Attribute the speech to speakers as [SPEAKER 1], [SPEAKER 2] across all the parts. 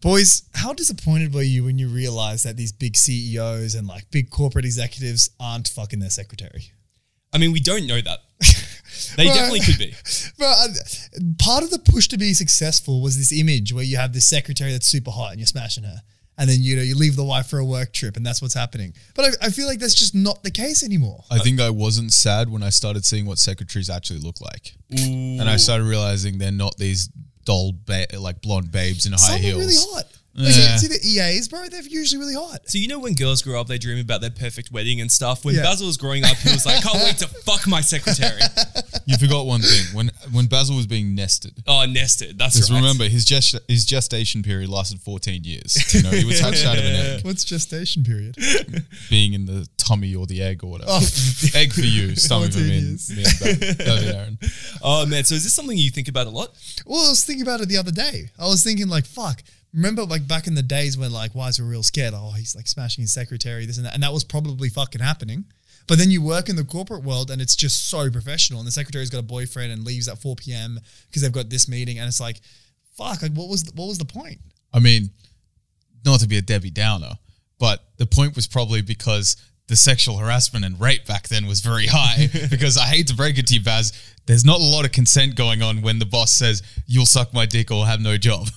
[SPEAKER 1] Boys, how disappointed were you when you realized that these big CEOs and like big corporate executives aren't fucking their secretary?
[SPEAKER 2] I mean, we don't know that. They
[SPEAKER 1] Well-
[SPEAKER 2] definitely could be.
[SPEAKER 1] But uh, part of the push to be successful was this image where you have this secretary that's super hot and you're smashing her. And then you know you leave the wife for a work trip, and that's what's happening. But I, I feel like that's just not the case anymore.
[SPEAKER 3] I think I wasn't sad when I started seeing what secretaries actually look like,
[SPEAKER 2] Ooh.
[SPEAKER 3] and I started realizing they're not these dull, ba- like blonde babes in high
[SPEAKER 1] Some are
[SPEAKER 3] heels.
[SPEAKER 1] really hot. Like,
[SPEAKER 3] Yeah.
[SPEAKER 1] See the EAs, bro. They're usually really hot.
[SPEAKER 2] So you know when girls grow up, they dream about their perfect wedding and stuff. When
[SPEAKER 1] Yeah.
[SPEAKER 2] Basil was growing up, he was like, "Can't wait to fuck my secretary."
[SPEAKER 3] You forgot one thing when when Basil was being nested.
[SPEAKER 2] Oh, nested. That's
[SPEAKER 3] Because
[SPEAKER 2] right.
[SPEAKER 3] remember, his gest- his gestation period lasted 14 years. You know, he was hatched out of an egg,
[SPEAKER 1] What's gestation period?
[SPEAKER 3] being in the tummy or the egg or whatever.
[SPEAKER 1] Oh.
[SPEAKER 3] egg for you, stomach for
[SPEAKER 1] 14
[SPEAKER 3] me. And,
[SPEAKER 1] years.
[SPEAKER 3] me and Ba- oh, yeah, Aaron.
[SPEAKER 2] Oh man. So is this something you think about a lot?
[SPEAKER 1] Well, I was thinking about it the other day. I was thinking like, fuck. Remember, like back in the days when like wives were real scared. Oh, he's like smashing his secretary, this and that, and that was probably fucking happening. But then you work in the corporate world, and it's just so professional. And the secretary's got a boyfriend and leaves at four p.m. because they've got this meeting, and it's like, fuck. Like, what was what was the point?
[SPEAKER 3] I mean, not to be a Debbie Downer, but the point was probably because the sexual harassment and rape back then was very high. because I hate to break it to you, Baz, there's not a lot of consent going on when the boss says, you'll suck my dick or have no job.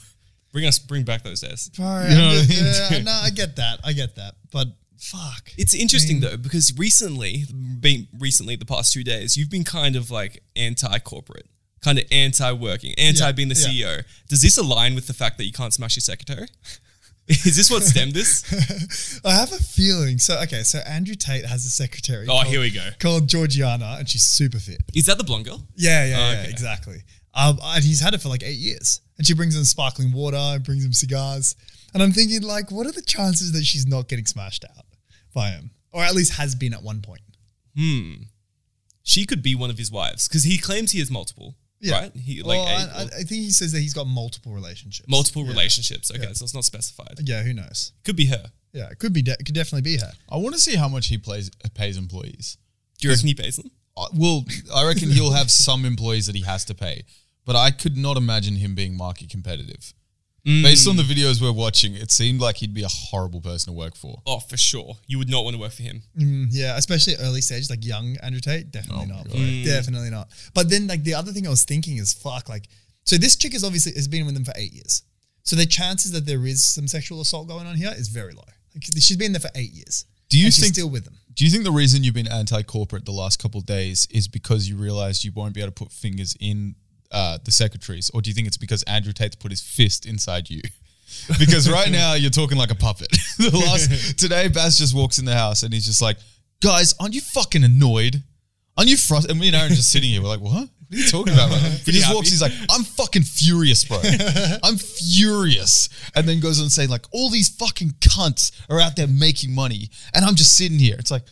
[SPEAKER 2] Bring us, bring back those days.
[SPEAKER 1] Bro,
[SPEAKER 3] You know what I mean?
[SPEAKER 1] yeah, no, I get that. I get that. But fuck.
[SPEAKER 2] It's
[SPEAKER 1] Mm.
[SPEAKER 2] interesting though because recently, being recently the past two days, you've been kind of like anti-corporate, kind of anti-working, anti-being the
[SPEAKER 1] yeah.
[SPEAKER 2] CEO. Does this align with the fact that you can't smash your secretary? Is this what stemmed this?
[SPEAKER 1] I have a feeling. So okay, so Andrew Tate has a secretary.
[SPEAKER 2] Oh, here we go.
[SPEAKER 1] Called Georgiana, and she's super fit.
[SPEAKER 2] Is that the blonde girl?
[SPEAKER 1] Yeah, yeah,
[SPEAKER 2] Oh,
[SPEAKER 1] yeah
[SPEAKER 2] okay.
[SPEAKER 1] exactly. Um, and he's had it for like eight years. And she brings him sparkling water and brings him cigars. And I'm thinking, like, what are the chances that she's not getting smashed out by him? Or at least has been at one point.
[SPEAKER 2] She could be one of his wives because he claims he has multiple.
[SPEAKER 1] Yeah.
[SPEAKER 2] Right? He like
[SPEAKER 1] Well,
[SPEAKER 2] eight
[SPEAKER 1] I, I,
[SPEAKER 2] or
[SPEAKER 1] I think he says that he's got multiple relationships.
[SPEAKER 2] multiple
[SPEAKER 1] Yeah.
[SPEAKER 2] relationships. Okay, so it's not specified.
[SPEAKER 1] Yeah, who knows?
[SPEAKER 2] Could be her.
[SPEAKER 1] Yeah, it could be. De- it could definitely be her.
[SPEAKER 3] I want to see how much he plays pays employees.
[SPEAKER 2] Do you reckon he pays them?
[SPEAKER 3] I- Uh, Well, I reckon he'll have some employees that he has to pay, but I could not imagine him being market competitive. Based on the videos we're watching, it seemed like he'd be a horrible person to work for.
[SPEAKER 2] Oh, for sure. You would not want to work for him.
[SPEAKER 1] Mm, yeah, especially early stage, like young Andrew Tate, definitely not. bro. Definitely not. But then, like the other thing I was thinking is, fuck, like, so this chick is obviously has been with them for eight years. So the chances that there is some sexual assault going on here is very low. Like, she's been there for eight years.
[SPEAKER 3] Do you
[SPEAKER 1] and she's
[SPEAKER 3] think-
[SPEAKER 1] still with them?
[SPEAKER 3] Do you think the reason you've been anti-corporate the last couple of days is because you realized you won't be able to put fingers in uh, the secretaries, or do you think it's because Andrew Tate put his fist inside you? Because right now you're talking like a puppet. the last today, Baz just walks in the house and he's just like, "Guys, aren't you fucking annoyed? Aren't you frustrated?" And me and Aaron just sitting here, we're like, "What? What are you talking about?" man?" he just walks. He's like, "I'm fucking furious, bro. I'm furious," and then goes on saying like, "All these fucking cunts are out there making money, and I'm just sitting here." It's like.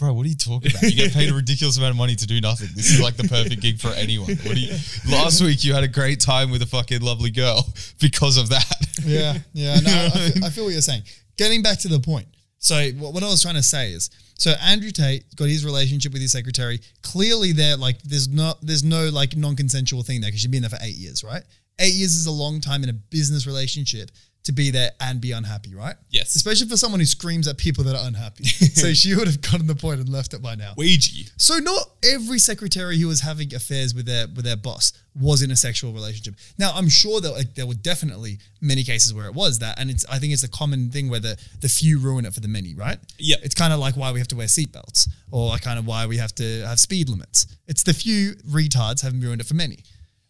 [SPEAKER 3] Bro, what are you talking about? You get paid a ridiculous amount of money to do nothing. This is like the perfect gig for anyone. What do you, last week you had a great time with a fucking lovely girl because of that.
[SPEAKER 1] Yeah, yeah. No, I, feel, I feel what you're saying. Getting back to the point. So what, what I was trying to say is, so Andrew Tate got his relationship with his secretary. Clearly, there like there's not there's no like non-consensual thing there because she's been there for eight years, right? Eight years is a long time in a business relationship to be there and be unhappy, right?
[SPEAKER 2] Yes.
[SPEAKER 1] Especially for someone who screams at people that are unhappy. so she would have gotten the point and left it by now.
[SPEAKER 2] Ouija.
[SPEAKER 1] So not every secretary who was having affairs with their with their boss was in a sexual relationship. Now I'm sure that like there were definitely many cases where it was that, and it's I think it's a common thing where the the few ruin it for the many, right?
[SPEAKER 2] Yeah.
[SPEAKER 1] it's kind of like why we have to wear seatbelts, or like kind of why we have to have speed limits. It's the few retards have ruined it for many.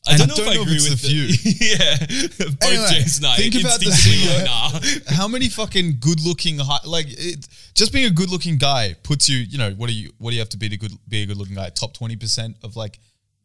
[SPEAKER 2] I don't
[SPEAKER 3] And
[SPEAKER 2] know
[SPEAKER 3] I
[SPEAKER 2] if I
[SPEAKER 3] don't know
[SPEAKER 2] agree
[SPEAKER 3] if it's
[SPEAKER 2] with
[SPEAKER 3] the
[SPEAKER 2] yeah, both
[SPEAKER 1] Anyway,
[SPEAKER 2] James and I
[SPEAKER 3] think about the
[SPEAKER 2] instinctively
[SPEAKER 3] CEO.
[SPEAKER 2] were like, nah.
[SPEAKER 3] How many fucking good-looking, hi- like it, just being a good-looking guy puts you, you know, what do you, what do you have to be to good, be a good-looking guy? Top twenty percent of like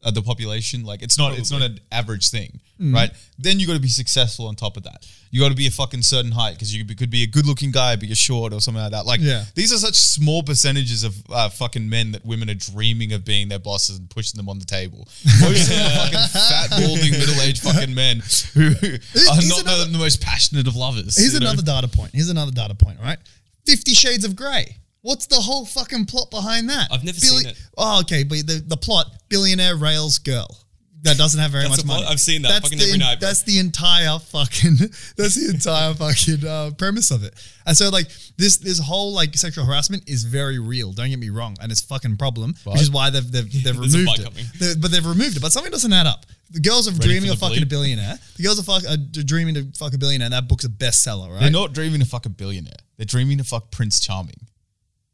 [SPEAKER 3] uh, the population. Like it's not, it's not an average thing,
[SPEAKER 1] Mm.
[SPEAKER 3] right? Then you got to be successful on top of that. You got to be a fucking certain height because you could be, could be a good-looking guy, but you're short or something like that. Like
[SPEAKER 1] Yeah.
[SPEAKER 3] these are such small percentages of uh, fucking men that women are dreaming of being their bosses and pushing them on the table. Most of them are fucking fat, balding, middle-aged fucking men who are
[SPEAKER 1] here's
[SPEAKER 3] not
[SPEAKER 1] another-
[SPEAKER 3] the, the most passionate of lovers.
[SPEAKER 1] Here's
[SPEAKER 3] you know?
[SPEAKER 1] another data point. Here's another data point. Right, Fifty Shades of Grey. What's the whole fucking plot behind that?
[SPEAKER 2] I've never seen it.
[SPEAKER 1] Oh, okay, but the, the plot: billionaire rails girl. that doesn't have very
[SPEAKER 2] That's
[SPEAKER 1] much
[SPEAKER 2] a lot-
[SPEAKER 1] money.
[SPEAKER 2] I've seen that
[SPEAKER 1] That's
[SPEAKER 2] fucking
[SPEAKER 1] the,
[SPEAKER 2] every night, bro.
[SPEAKER 1] That's the entire fucking. That's the entire fucking uh, premise of it. And so like this this whole like sexual harassment is very real. Don't get me wrong, and it's a fucking problem, which is why they've they've, they've
[SPEAKER 2] There's a
[SPEAKER 1] removed
[SPEAKER 2] bike
[SPEAKER 1] it.
[SPEAKER 2] coming.
[SPEAKER 1] They- but they've removed it. But something doesn't add up. The girls are dreaming
[SPEAKER 3] for
[SPEAKER 1] of
[SPEAKER 3] the
[SPEAKER 1] fucking a
[SPEAKER 3] bleep?
[SPEAKER 1] billionaire. The girls are, fuck, are d- dreaming to fuck a billionaire, and that book's a bestseller, right?
[SPEAKER 3] They're not dreaming to fuck a billionaire. They're dreaming to fuck Prince Charming.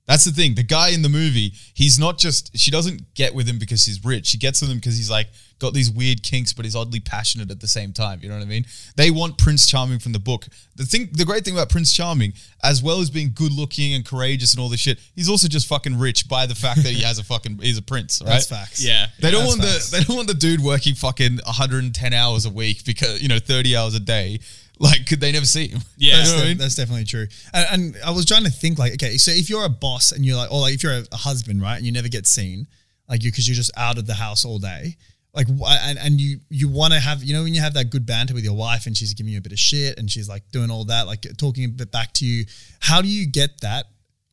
[SPEAKER 3] That's the thing. The guy in the movie, he's not just, she doesn't get with him because he's rich. She gets with him because he's like got these weird kinks, but he's oddly passionate at the same time. You know what I mean? They want Prince Charming from the book. The thing, the great thing about Prince Charming, as well as being good looking and courageous and all this shit, he's also just fucking rich by the fact that he has a fucking, he's a prince, right?
[SPEAKER 1] that's facts.
[SPEAKER 2] Yeah.
[SPEAKER 3] They don't
[SPEAKER 1] That's
[SPEAKER 3] want
[SPEAKER 1] facts.
[SPEAKER 3] the they don't want the dude working fucking 110 hours a week because you know 30 hours a day. Like, could they never see him?
[SPEAKER 2] Yeah.
[SPEAKER 3] You know
[SPEAKER 1] That's,
[SPEAKER 3] what I
[SPEAKER 1] de-
[SPEAKER 3] mean?
[SPEAKER 1] that's definitely true. And, and I was trying to think like, okay, so if you're a boss and you're like, or like if you're a, a husband, right, and you never get seen, like you because you're just out of the house all day, like, wh- and and you you want to have, you know, when you have that good banter with your wife and she's giving you a bit of shit and she's like doing all that, like talking a bit back to you, how do you get that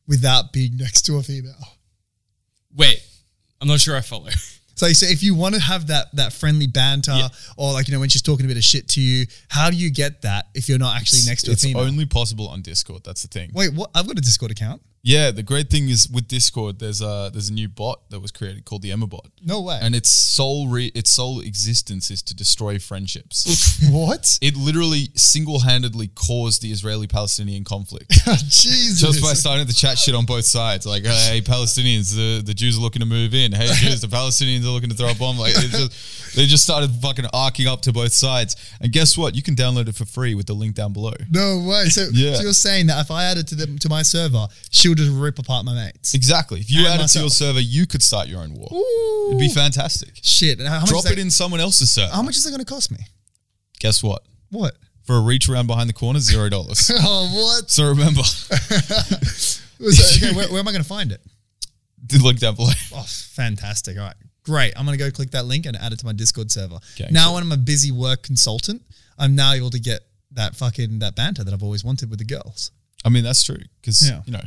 [SPEAKER 1] without being next to a female?
[SPEAKER 2] Wait, I'm not sure I follow.
[SPEAKER 1] So, so if you want to have that that friendly banter,
[SPEAKER 2] Yeah.
[SPEAKER 1] or like you know when she's talking a bit of shit to you, how do you get that if you're not actually next to
[SPEAKER 3] it's
[SPEAKER 1] a female?
[SPEAKER 3] only possible on Discord. That's the thing.
[SPEAKER 1] Wait, what? I've got a Discord account.
[SPEAKER 3] Yeah, the great thing is with Discord, there's a there's a new bot that was created called the Emma bot,
[SPEAKER 1] No way.
[SPEAKER 3] and its sole re- its sole existence is to destroy friendships.
[SPEAKER 1] what?
[SPEAKER 3] it literally single handedly caused the Israeli Palestinian conflict.
[SPEAKER 1] Jesus.
[SPEAKER 3] just by starting to chat shit on both sides. Like, hey, Palestinians, the, the Jews are looking to move in. Hey, Jews, the Palestinians are looking to throw a bomb. Like, it's just, they just started fucking arcing up to both sides. And guess what? You can download it for free with the link down below.
[SPEAKER 1] no way. So,
[SPEAKER 3] Yeah.
[SPEAKER 1] so you're saying that if I add it to them to my server, she'll just rip apart my mates.
[SPEAKER 3] Exactly. If you
[SPEAKER 1] And
[SPEAKER 3] add it to your
[SPEAKER 1] myself.
[SPEAKER 3] server, you could start your own war. It'd be fantastic.
[SPEAKER 1] Shit. And how much
[SPEAKER 3] Drop
[SPEAKER 1] is that,
[SPEAKER 3] it in someone else's server.
[SPEAKER 1] How much is that going to cost me?
[SPEAKER 3] guess what?
[SPEAKER 1] What?
[SPEAKER 3] For a reach around behind the corner, zero dollars.
[SPEAKER 1] Oh, what?
[SPEAKER 3] so remember,
[SPEAKER 1] So, okay, where, where am I going to find it?
[SPEAKER 3] the link down below.
[SPEAKER 1] Oh, fantastic. All right. Great. I'm going to go click that link and add it to my Discord server.
[SPEAKER 3] Okay,
[SPEAKER 1] now, when I'm a busy work consultant, I'm now able to get that fucking that banter that I've always wanted with the girls.
[SPEAKER 3] I mean, that's true because
[SPEAKER 1] Yeah.
[SPEAKER 3] you know,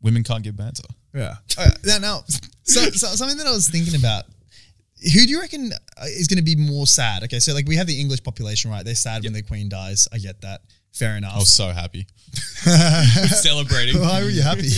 [SPEAKER 3] women can't get banter.
[SPEAKER 1] Yeah. now, now so, so something that I was thinking about. Who do you reckon uh, is going to be more sad? Okay, so like we have the English population, right? They're sad when their queen dies. I get that. Fair enough.
[SPEAKER 3] I was so happy.
[SPEAKER 2] Celebrating.
[SPEAKER 3] Oh,
[SPEAKER 1] Why were you happy?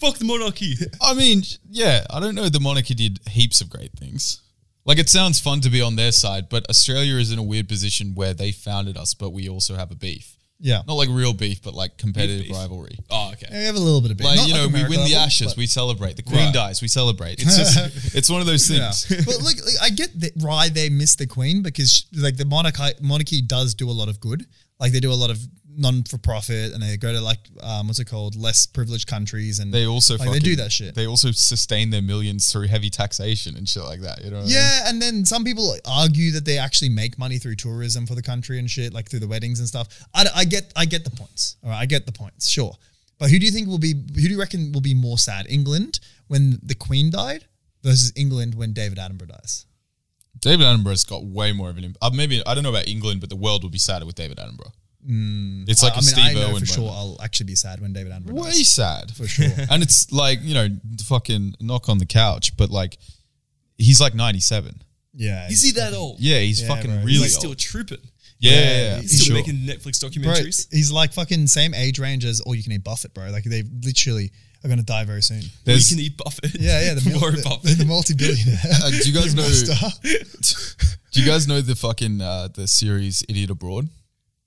[SPEAKER 2] Fuck the monarchy.
[SPEAKER 3] I mean, yeah, I don't know. The monarchy did heaps of great things. Like it sounds fun to be on their side, but Australia is in a weird position where they founded us, but we also have a beef.
[SPEAKER 1] yeah.
[SPEAKER 3] Not like real beef, but like competitive
[SPEAKER 2] Beef beef.
[SPEAKER 3] rivalry.
[SPEAKER 2] Oh, okay.
[SPEAKER 1] We have a little bit of beef.
[SPEAKER 3] Like
[SPEAKER 1] Not
[SPEAKER 3] you know, we
[SPEAKER 1] America
[SPEAKER 3] win the
[SPEAKER 1] level,
[SPEAKER 3] ashes,
[SPEAKER 1] but-
[SPEAKER 3] we celebrate. The queen
[SPEAKER 2] Right.
[SPEAKER 3] dies, we celebrate. It's just, it's one of those
[SPEAKER 1] Yeah.
[SPEAKER 3] things.
[SPEAKER 1] but look, like, I get that why they miss the queen because sh- like the monarchy, monarchy does do a lot of good. Like they do a lot of non for profit, and they go to like um, what's it called, less privileged countries, and
[SPEAKER 3] They also
[SPEAKER 1] like
[SPEAKER 3] fucking,
[SPEAKER 1] they do that shit.
[SPEAKER 3] They also sustain their millions through heavy taxation and shit like that. You know? what I mean?
[SPEAKER 1] Yeah, and then some people argue that they actually make money through tourism for the country and shit, like through the weddings and stuff. I, I get, I get the points. All right, I get the points. Sure, but who do you think will be? Who do you reckon will be more sad? England when the Queen died versus England when David Attenborough dies.
[SPEAKER 3] David Attenborough's got way more of an impact. Uh, maybe I don't know about England, but the world will be sadder with David Attenborough. it's like
[SPEAKER 1] Mm. I
[SPEAKER 3] a
[SPEAKER 1] mean,
[SPEAKER 3] Steve
[SPEAKER 1] I know
[SPEAKER 3] Irwin.
[SPEAKER 1] for sure
[SPEAKER 3] moment.
[SPEAKER 1] I'll actually be sad when David Attenborough
[SPEAKER 3] Way
[SPEAKER 1] dies.
[SPEAKER 3] sad
[SPEAKER 1] For sure.
[SPEAKER 3] and it's like you know fucking knock on the couch but like he's like 97
[SPEAKER 1] Yeah.
[SPEAKER 2] Is he that old?
[SPEAKER 3] yeah he's
[SPEAKER 1] Yeah,
[SPEAKER 3] fucking
[SPEAKER 1] bro. He's
[SPEAKER 3] really
[SPEAKER 2] He's like still
[SPEAKER 3] old.
[SPEAKER 2] trooping.
[SPEAKER 3] yeah,
[SPEAKER 1] yeah,
[SPEAKER 2] He's still
[SPEAKER 3] sure.
[SPEAKER 2] making Netflix
[SPEAKER 1] Bro,
[SPEAKER 2] documentaries.
[SPEAKER 1] he's like fucking same age range as All You Can Eat Buffett, bro. Like they literally are going to die very soon.
[SPEAKER 3] There's-
[SPEAKER 2] we can eat Buffett.
[SPEAKER 1] Yeah, yeah. The, mul-
[SPEAKER 2] Warren
[SPEAKER 1] the,
[SPEAKER 2] Buffett.
[SPEAKER 1] the multi-billionaire.
[SPEAKER 3] Uh, do you guys know
[SPEAKER 1] Monster.
[SPEAKER 3] do you guys know the fucking uh, the series idiot abroad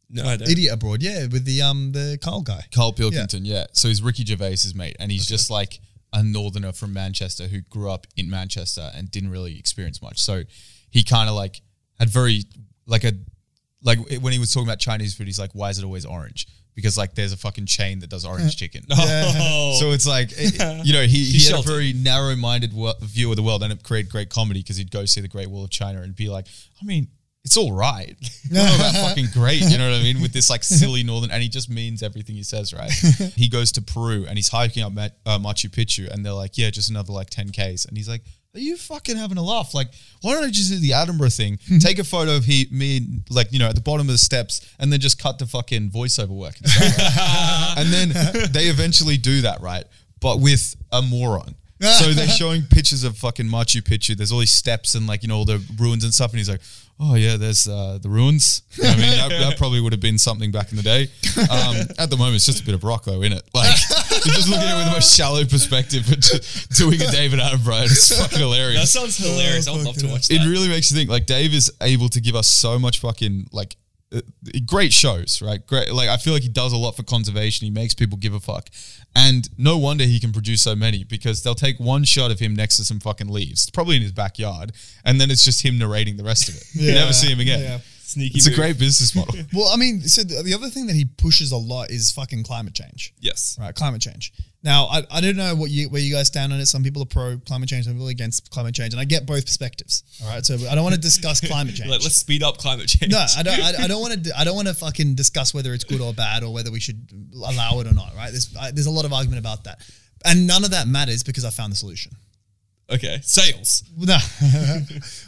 [SPEAKER 2] no, I don't.
[SPEAKER 1] Idiot Abroad, yeah, with the um the Carl guy.
[SPEAKER 3] carl pilkington yeah. so he's ricky gervais's mate and he's just like a northerner from manchester who grew up in manchester and didn't really experience much so he kind of like had very like a like when he was talking about chinese food he's like why is it always orange because like there's a fucking chain that does orange chicken
[SPEAKER 2] Oh.
[SPEAKER 3] So it's like, it- you know, he, he, had
[SPEAKER 2] sheltered.
[SPEAKER 3] a very narrow minded view of the world and it created great comedy because he'd go see the Great Wall of China and be like, I mean, it's all right. It's not that fucking great. You know what I mean? With this like silly northern, and he just means everything he says, right? he goes to Peru and he's hiking up Ma- uh, Machu Picchu and they're like, yeah, just another like 10 Ks. And he's like, are you fucking having a laugh? Like, why don't I just do the Attenborough thing?
[SPEAKER 2] Hmm.
[SPEAKER 3] Take a photo of he, me, and, like, you know, at the bottom of the steps, and then just cut the fucking voiceover work. And stuff, right? and then they eventually do that, right? But with a moron. so they're showing pictures of fucking Machu Picchu. There's all these steps and like you know all the ruins and stuff. And he's like, oh yeah, there's uh, the ruins. You know what I mean, that, that probably would have been something back in the day. Um, at the moment, it's just a bit of rock though, isn't it? Like you're just looking at it with a most shallow perspective, but t- doing a David Attenborough, it's fucking hilarious.
[SPEAKER 2] That sounds
[SPEAKER 1] Oh,
[SPEAKER 2] hilarious. I'd love to watch that.
[SPEAKER 3] It really makes you think. Like Dave is able to give us so much fucking like uh, great shows, right? Great. Like I feel like he does a lot for conservation. He makes people give a fuck, and no wonder he can produce so many because they'll take one shot of him next to some fucking leaves, probably in his backyard, and then it's just him narrating the rest of it. You never see him again.
[SPEAKER 1] yeah.
[SPEAKER 2] Sneaky.
[SPEAKER 3] It's a
[SPEAKER 2] move.
[SPEAKER 3] great business model.
[SPEAKER 1] Well, I mean, so the, the other thing that he pushes a lot is fucking climate change.
[SPEAKER 2] Yes.
[SPEAKER 1] Right, climate change. Now, I, I don't know what you where you guys stand on it. Some people are pro climate change, some people are against climate change, and I get both perspectives. All right, so I don't want to discuss climate change.
[SPEAKER 2] Like, let's speed up climate change.
[SPEAKER 1] no, I don't. I, I don't want to. I don't want to fucking discuss whether it's good or bad or whether we should allow it or not. Right? There's I, there's a lot of argument about that, and none of that matters because I found the solution.
[SPEAKER 2] okay. Sales.
[SPEAKER 1] No.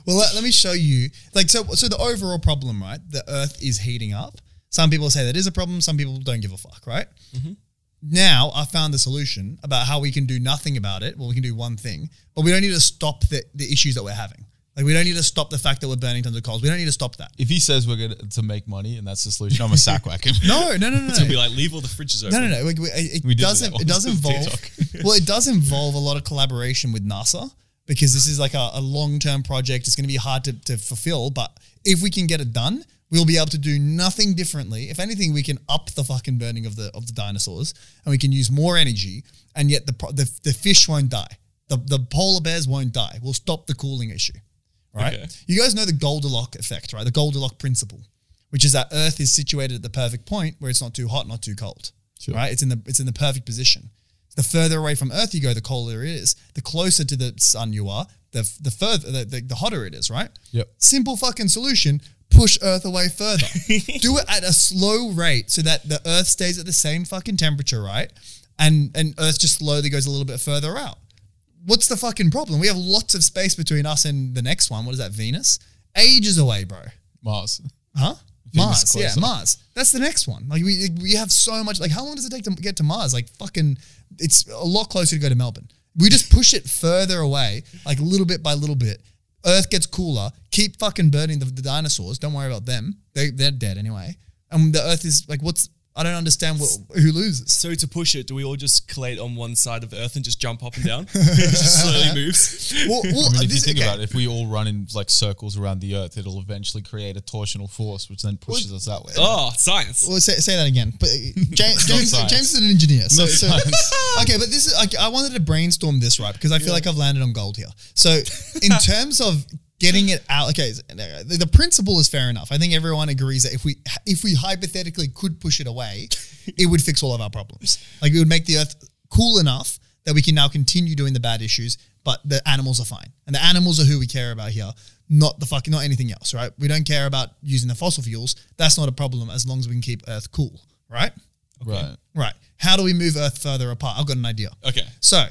[SPEAKER 1] well, let, let me show you. Like, so, so the overall problem, right? The Earth is heating up. Some people say that is a problem. Some people don't give a fuck, right? Now I found the solution about how we can do nothing about it. Well, we can do one thing, but we don't need to stop the, the issues that we're having. Like, we don't need to stop the fact that we're burning tons of coals. We don't need to stop that.
[SPEAKER 3] If he says we're going to make money and that's the solution, I'm a sack whack him.
[SPEAKER 1] No, no, no, no.
[SPEAKER 2] It's gonna
[SPEAKER 1] no.
[SPEAKER 2] be like leave all the fridges open.
[SPEAKER 1] No, no, no. We, we, it
[SPEAKER 3] We did do
[SPEAKER 1] doesn't.
[SPEAKER 3] that one
[SPEAKER 1] it does
[SPEAKER 3] on
[SPEAKER 1] involve.
[SPEAKER 3] TikTok.
[SPEAKER 1] well, it does involve a lot of collaboration with NASA because this is like a, a long-term project. It's going to be hard to, to fulfill, but if we can get it done, we'll be able to do nothing differently. If anything, we can up the fucking burning of the of the dinosaurs, and we can use more energy, and yet the pro- the, the fish won't die. The, the polar bears won't die. We'll stop the cooling issue, right?
[SPEAKER 2] Okay.
[SPEAKER 1] You guys know the Goldilocks effect, right? The Goldilocks principle, which is that Earth is situated at the perfect point where it's not too hot, not too cold. Right? It's in the it's in the perfect position. The further away from Earth you go, the colder it is. The closer to the sun you are, the the further the, the, the hotter it is, right?
[SPEAKER 3] Yep.
[SPEAKER 1] Simple fucking solution. Push Earth away further. Do it at a slow rate so that the Earth stays at the same fucking temperature, right? And and Earth just slowly goes a little bit further out what's the fucking problem? We have lots of space between us and the next one. What is that, Venus? Ages away, bro.
[SPEAKER 3] Mars.
[SPEAKER 1] Huh?
[SPEAKER 3] Venus
[SPEAKER 1] Mars, yeah,
[SPEAKER 3] closer.
[SPEAKER 1] Mars. That's the next one. Like we we have so much. Like how long does it take to get to Mars? Like fucking, it's a lot closer to go to Melbourne. We just push it further away, like little bit by little bit. Earth gets cooler. Keep fucking burning the, the dinosaurs. Don't worry about them. They they're dead anyway. And the Earth is like, what's? I don't understand what who loses.
[SPEAKER 2] So to push it, do we all just collate on one side of Earth and just jump up and down? it just slowly moves.
[SPEAKER 1] Well, well,
[SPEAKER 3] I mean, if
[SPEAKER 1] this-
[SPEAKER 3] you think
[SPEAKER 1] okay.
[SPEAKER 3] about it, if we all run in like circles around the Earth, it'll eventually create a torsional force, which then pushes us that way.
[SPEAKER 2] Oh, science.
[SPEAKER 1] Well, say, say that again. But uh, James, James,
[SPEAKER 3] science.
[SPEAKER 1] James is an engineer, so,
[SPEAKER 3] Not
[SPEAKER 1] so
[SPEAKER 3] science.
[SPEAKER 1] okay. But this is like, I wanted to brainstorm this right because I feel like I've landed on gold here. So in terms of getting it out, okay, so, uh, the, the principle is fair enough. I think everyone agrees that if we if we hypothetically could push it away, it would fix all of our problems. Like it would make the earth cool enough that we can now continue doing the bad issues, but the animals are fine, and the animals are who we care about here. Not the fucking, not anything else, right? We don't care about using the fossil fuels. That's not a problem as long as we can keep Earth cool, right?
[SPEAKER 3] Right.
[SPEAKER 1] Right. How do we move Earth further apart? I've got an idea.
[SPEAKER 2] Okay.
[SPEAKER 1] So,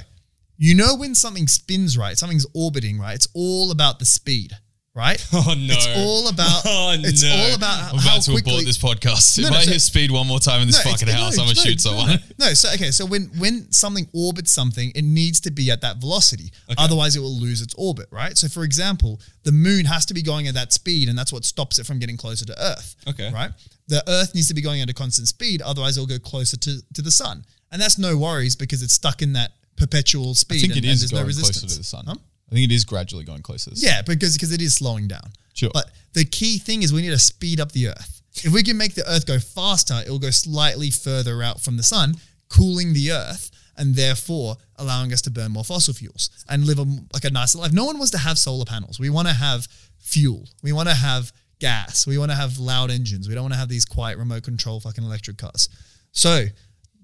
[SPEAKER 1] you know when something spins right, something's orbiting right. It's all about the speed, right?
[SPEAKER 2] Oh no.
[SPEAKER 1] It's all about.
[SPEAKER 2] Oh,
[SPEAKER 1] it's
[SPEAKER 2] no.
[SPEAKER 1] all about
[SPEAKER 3] I'm
[SPEAKER 1] how
[SPEAKER 3] about to
[SPEAKER 1] quickly.
[SPEAKER 3] abort this podcast.
[SPEAKER 1] No,
[SPEAKER 3] if
[SPEAKER 1] no,
[SPEAKER 3] I
[SPEAKER 1] so-
[SPEAKER 3] hear speed one more time in this
[SPEAKER 1] No, it's-
[SPEAKER 3] fucking
[SPEAKER 1] no,
[SPEAKER 3] house, I'm gonna
[SPEAKER 1] no,
[SPEAKER 3] shoot
[SPEAKER 1] no,
[SPEAKER 3] someone.
[SPEAKER 1] No, no, so okay, so when when something orbits something, it needs to be at that velocity. Otherwise, it will lose its orbit, right? So, for example, the moon has to be going at that speed, and that's what stops it from getting closer to Earth.
[SPEAKER 2] Okay.
[SPEAKER 1] right? The Earth needs to be going at a constant speed, otherwise, it'll go closer to to the sun, and that's no worries because it's stuck in that perpetual speed.
[SPEAKER 3] I think
[SPEAKER 1] and,
[SPEAKER 3] it
[SPEAKER 1] and
[SPEAKER 3] is
[SPEAKER 1] there's no
[SPEAKER 3] going
[SPEAKER 1] resistance.
[SPEAKER 3] closer to the sun.
[SPEAKER 1] Huh?
[SPEAKER 3] I think it is gradually going closer. To the sun.
[SPEAKER 1] Yeah, because because it is slowing down.
[SPEAKER 3] Sure.
[SPEAKER 1] But the key thing is we need to speed up the Earth. If we can make the Earth go faster, it will go slightly further out from the sun, cooling the Earth, and therefore allowing us to burn more fossil fuels and live a, like a nicer life. No one wants to have solar panels. We want to have fuel. We want to have gas. We want to have loud engines. We don't want to have these quiet remote control fucking electric cars. So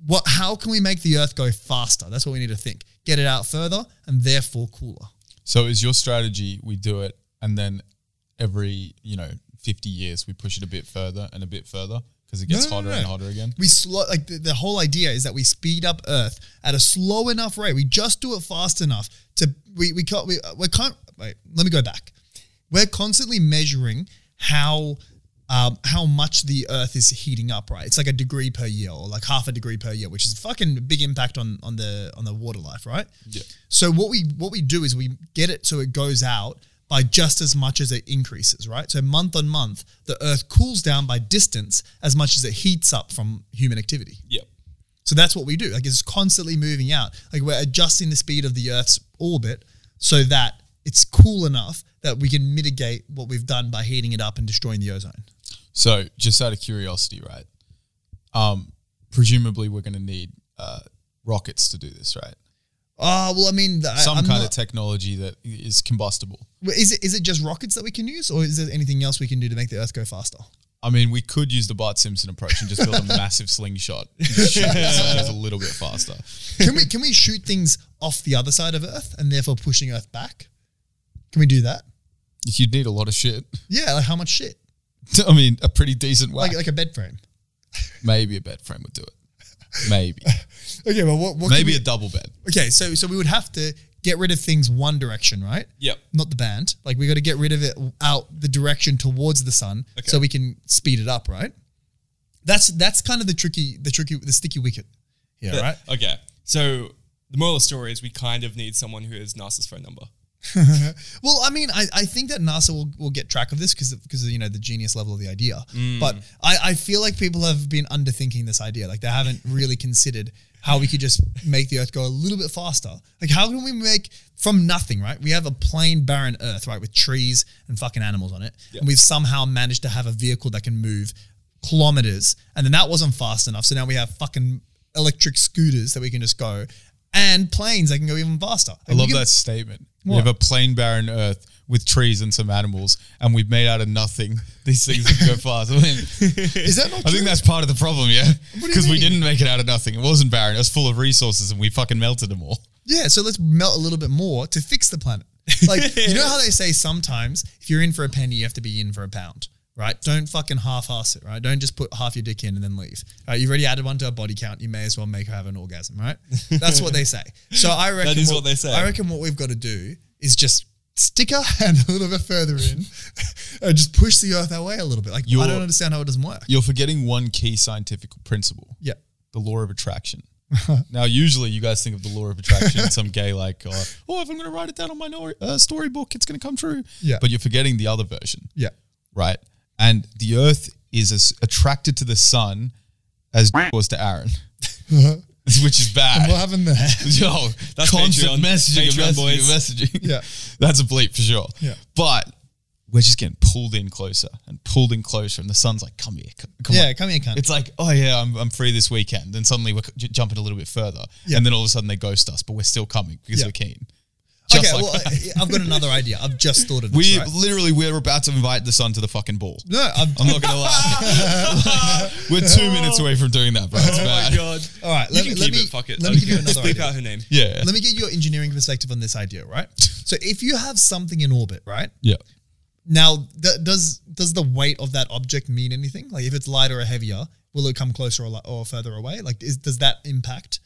[SPEAKER 1] what? How can we make the Earth go faster? That's what we need to think. Get it out further, and therefore cooler.
[SPEAKER 3] So is your strategy we do it and then every you know 50 years we push it a bit further and a bit further because it gets
[SPEAKER 1] no, no,
[SPEAKER 3] hotter
[SPEAKER 1] no.
[SPEAKER 3] and hotter again.
[SPEAKER 1] we slow like the, the whole idea is that we speed up earth at a slow enough rate we just do it fast enough to we we can't we, we're can't wait let me go back we're constantly measuring how um, how much the Earth is heating up. Right, it's like a degree per year, or like half a degree per year, which is a fucking big impact on on the on the water life. Right.
[SPEAKER 3] Yeah.
[SPEAKER 1] So what we what we do is we get it so it goes out by just as much as it increases, right? So month on month, the Earth cools down by distance as much as it heats up from human activity.
[SPEAKER 2] Yep.
[SPEAKER 1] So that's what we do. Like it's constantly moving out. Like we're adjusting the speed of the Earth's orbit so that it's cool enough that we can mitigate what we've done by heating it up and destroying the ozone.
[SPEAKER 3] So, just out of curiosity, right? Um, presumably, we're going to need uh, rockets to do this, right?
[SPEAKER 1] Ah, well, I mean, the,
[SPEAKER 3] Some
[SPEAKER 1] I, am
[SPEAKER 3] kind
[SPEAKER 1] not,
[SPEAKER 3] of technology that is combustible.
[SPEAKER 1] is it is it just rockets that we can use, or is there anything else we can do to make the Earth go faster?
[SPEAKER 3] I mean, we could use the Bart Simpson approach and just build a massive slingshot. and shoot it so it's a little bit faster.
[SPEAKER 1] Can we can we shoot things off the other side of Earth and therefore pushing Earth back? Can we do that?
[SPEAKER 3] You'd need a lot of shit.
[SPEAKER 1] Yeah, like how much shit?
[SPEAKER 3] I mean, a pretty decent whack.
[SPEAKER 1] Like like a bed frame.
[SPEAKER 3] Maybe a bed frame would do it. Maybe.
[SPEAKER 1] Okay, but what, what can
[SPEAKER 3] Maybe
[SPEAKER 1] we-
[SPEAKER 3] a double bed.
[SPEAKER 1] Okay, so so we would have to get rid of things one direction, right?
[SPEAKER 2] Yep.
[SPEAKER 1] Not the band. Like we got to get rid of it out the direction towards the sun, so we can speed it up, right? That's that's kind of the tricky, the tricky, the sticky wicket. Yeah, right.
[SPEAKER 2] Okay. So the moral of the story is we kind of need someone who has NASA's phone number.
[SPEAKER 1] Well, I mean, I, I think that NASA will, will get track of this because because you know the genius level of the idea.
[SPEAKER 3] Mm.
[SPEAKER 1] But I, I feel like people have been underthinking this idea. Like they haven't really considered how we could just make the Earth go a little bit faster. Like how can we make from nothing? Right, we have a plain barren Earth, right, with trees and fucking animals on it, and we've somehow managed to have a vehicle that can move kilometers, and then that wasn't fast enough. So now we have fucking electric scooters that we can just go. And planes that can go even faster.
[SPEAKER 3] I love that statement. We
[SPEAKER 1] What?
[SPEAKER 3] have a plain barren earth with trees and some animals, and we've made out of nothing these things that go fast. I, mean,
[SPEAKER 1] Is that not
[SPEAKER 3] I think
[SPEAKER 1] true?
[SPEAKER 3] that's part of the problem, yeah?
[SPEAKER 1] do you
[SPEAKER 3] Because we
[SPEAKER 1] mean?
[SPEAKER 3] didn't make it out of nothing. It wasn't barren. It was full of resources, and we fucking melted them all.
[SPEAKER 1] Yeah, so let's melt a little bit more to fix the planet. Like, you know how they say sometimes if you're in for a penny, you have to be in for a pound, right? Don't fucking half ass it, right? Don't just put half your dick in and then leave. All right, you've already added one to a body count. You may as well make her have an orgasm, right? That's what they say. So I reckon
[SPEAKER 2] is what they say.
[SPEAKER 1] I reckon what we've got to do is just stick our hand a little bit further in and just push the earth our way a little bit. Like, I
[SPEAKER 3] You're-
[SPEAKER 1] don't understand how it doesn't work.
[SPEAKER 3] You're forgetting one key scientific principle
[SPEAKER 1] Yeah.
[SPEAKER 3] the law of attraction. now, usually you guys think of the law of attraction in some gay, like, uh, oh, if I'm going to write it down on my nor- uh, storybook, it's going to come true.
[SPEAKER 1] Yeah.
[SPEAKER 3] But you're forgetting the other version.
[SPEAKER 1] Yeah.
[SPEAKER 3] right? And the Earth is as attracted to the sun as was to Aaron, which is
[SPEAKER 1] What
[SPEAKER 3] bad.
[SPEAKER 1] happened there?
[SPEAKER 3] Yo,
[SPEAKER 2] That's
[SPEAKER 3] constant
[SPEAKER 2] Patreon.
[SPEAKER 3] messaging,
[SPEAKER 2] Patreon,
[SPEAKER 3] and messaging,
[SPEAKER 2] boys.
[SPEAKER 3] and messaging.
[SPEAKER 1] Yeah.
[SPEAKER 3] that's a bleep for sure.
[SPEAKER 1] Yeah.
[SPEAKER 3] but we're just getting pulled in closer and pulled in closer, and the sun's like, "Come here, c- come
[SPEAKER 1] Yeah,
[SPEAKER 3] on."
[SPEAKER 1] come here, cunt.
[SPEAKER 3] It's like, oh yeah, I'm, I'm free this weekend, and suddenly we're j- jumping a little bit further,
[SPEAKER 1] Yeah.
[SPEAKER 3] and then all of a sudden they ghost us, but we're still coming because
[SPEAKER 1] Yeah.
[SPEAKER 3] we're keen.
[SPEAKER 1] okay,
[SPEAKER 3] Just like
[SPEAKER 1] well,
[SPEAKER 3] that.
[SPEAKER 1] I- I've got another idea. I've just thought of this.
[SPEAKER 3] we
[SPEAKER 1] right?
[SPEAKER 3] literally we're about to invite the sun to the fucking ball.
[SPEAKER 1] No, I'm,
[SPEAKER 3] I'm not gonna lie. We're two minutes away from doing that, bro. It's
[SPEAKER 2] Oh
[SPEAKER 3] bad.
[SPEAKER 2] my god.
[SPEAKER 1] all right.
[SPEAKER 2] You
[SPEAKER 1] Let
[SPEAKER 2] can
[SPEAKER 1] me, let
[SPEAKER 2] keep
[SPEAKER 1] me,
[SPEAKER 2] it. Fuck it.
[SPEAKER 1] Let
[SPEAKER 2] I
[SPEAKER 1] me give
[SPEAKER 2] don't
[SPEAKER 1] you
[SPEAKER 2] care.
[SPEAKER 1] another
[SPEAKER 2] Bleep
[SPEAKER 1] idea.
[SPEAKER 2] out her name.
[SPEAKER 3] Yeah.
[SPEAKER 1] Let me get your engineering perspective on this idea, right? So, if you have something in orbit, right?
[SPEAKER 3] yeah.
[SPEAKER 1] Now, th- does does the weight of that object mean anything? Like, if it's lighter or heavier, will it come closer or, li- or further away? Like, is, does that impact?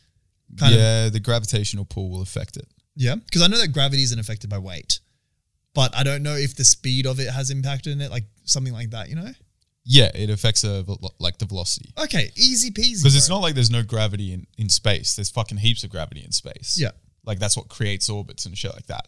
[SPEAKER 1] Kind of,
[SPEAKER 3] yeah, the gravitational pull will affect it.
[SPEAKER 1] yeah. Because I know that gravity isn't affected by weight, but I don't know if the speed of it has impacted in it, like something like that. You know?
[SPEAKER 3] Yeah, it affects the velo- like the velocity.
[SPEAKER 1] Okay, easy peasy.
[SPEAKER 3] Because it's
[SPEAKER 1] bro.
[SPEAKER 3] not like there's no gravity in, in space. There's fucking heaps of gravity in space.
[SPEAKER 1] Yeah.
[SPEAKER 3] Like that's what creates orbits and shit like that.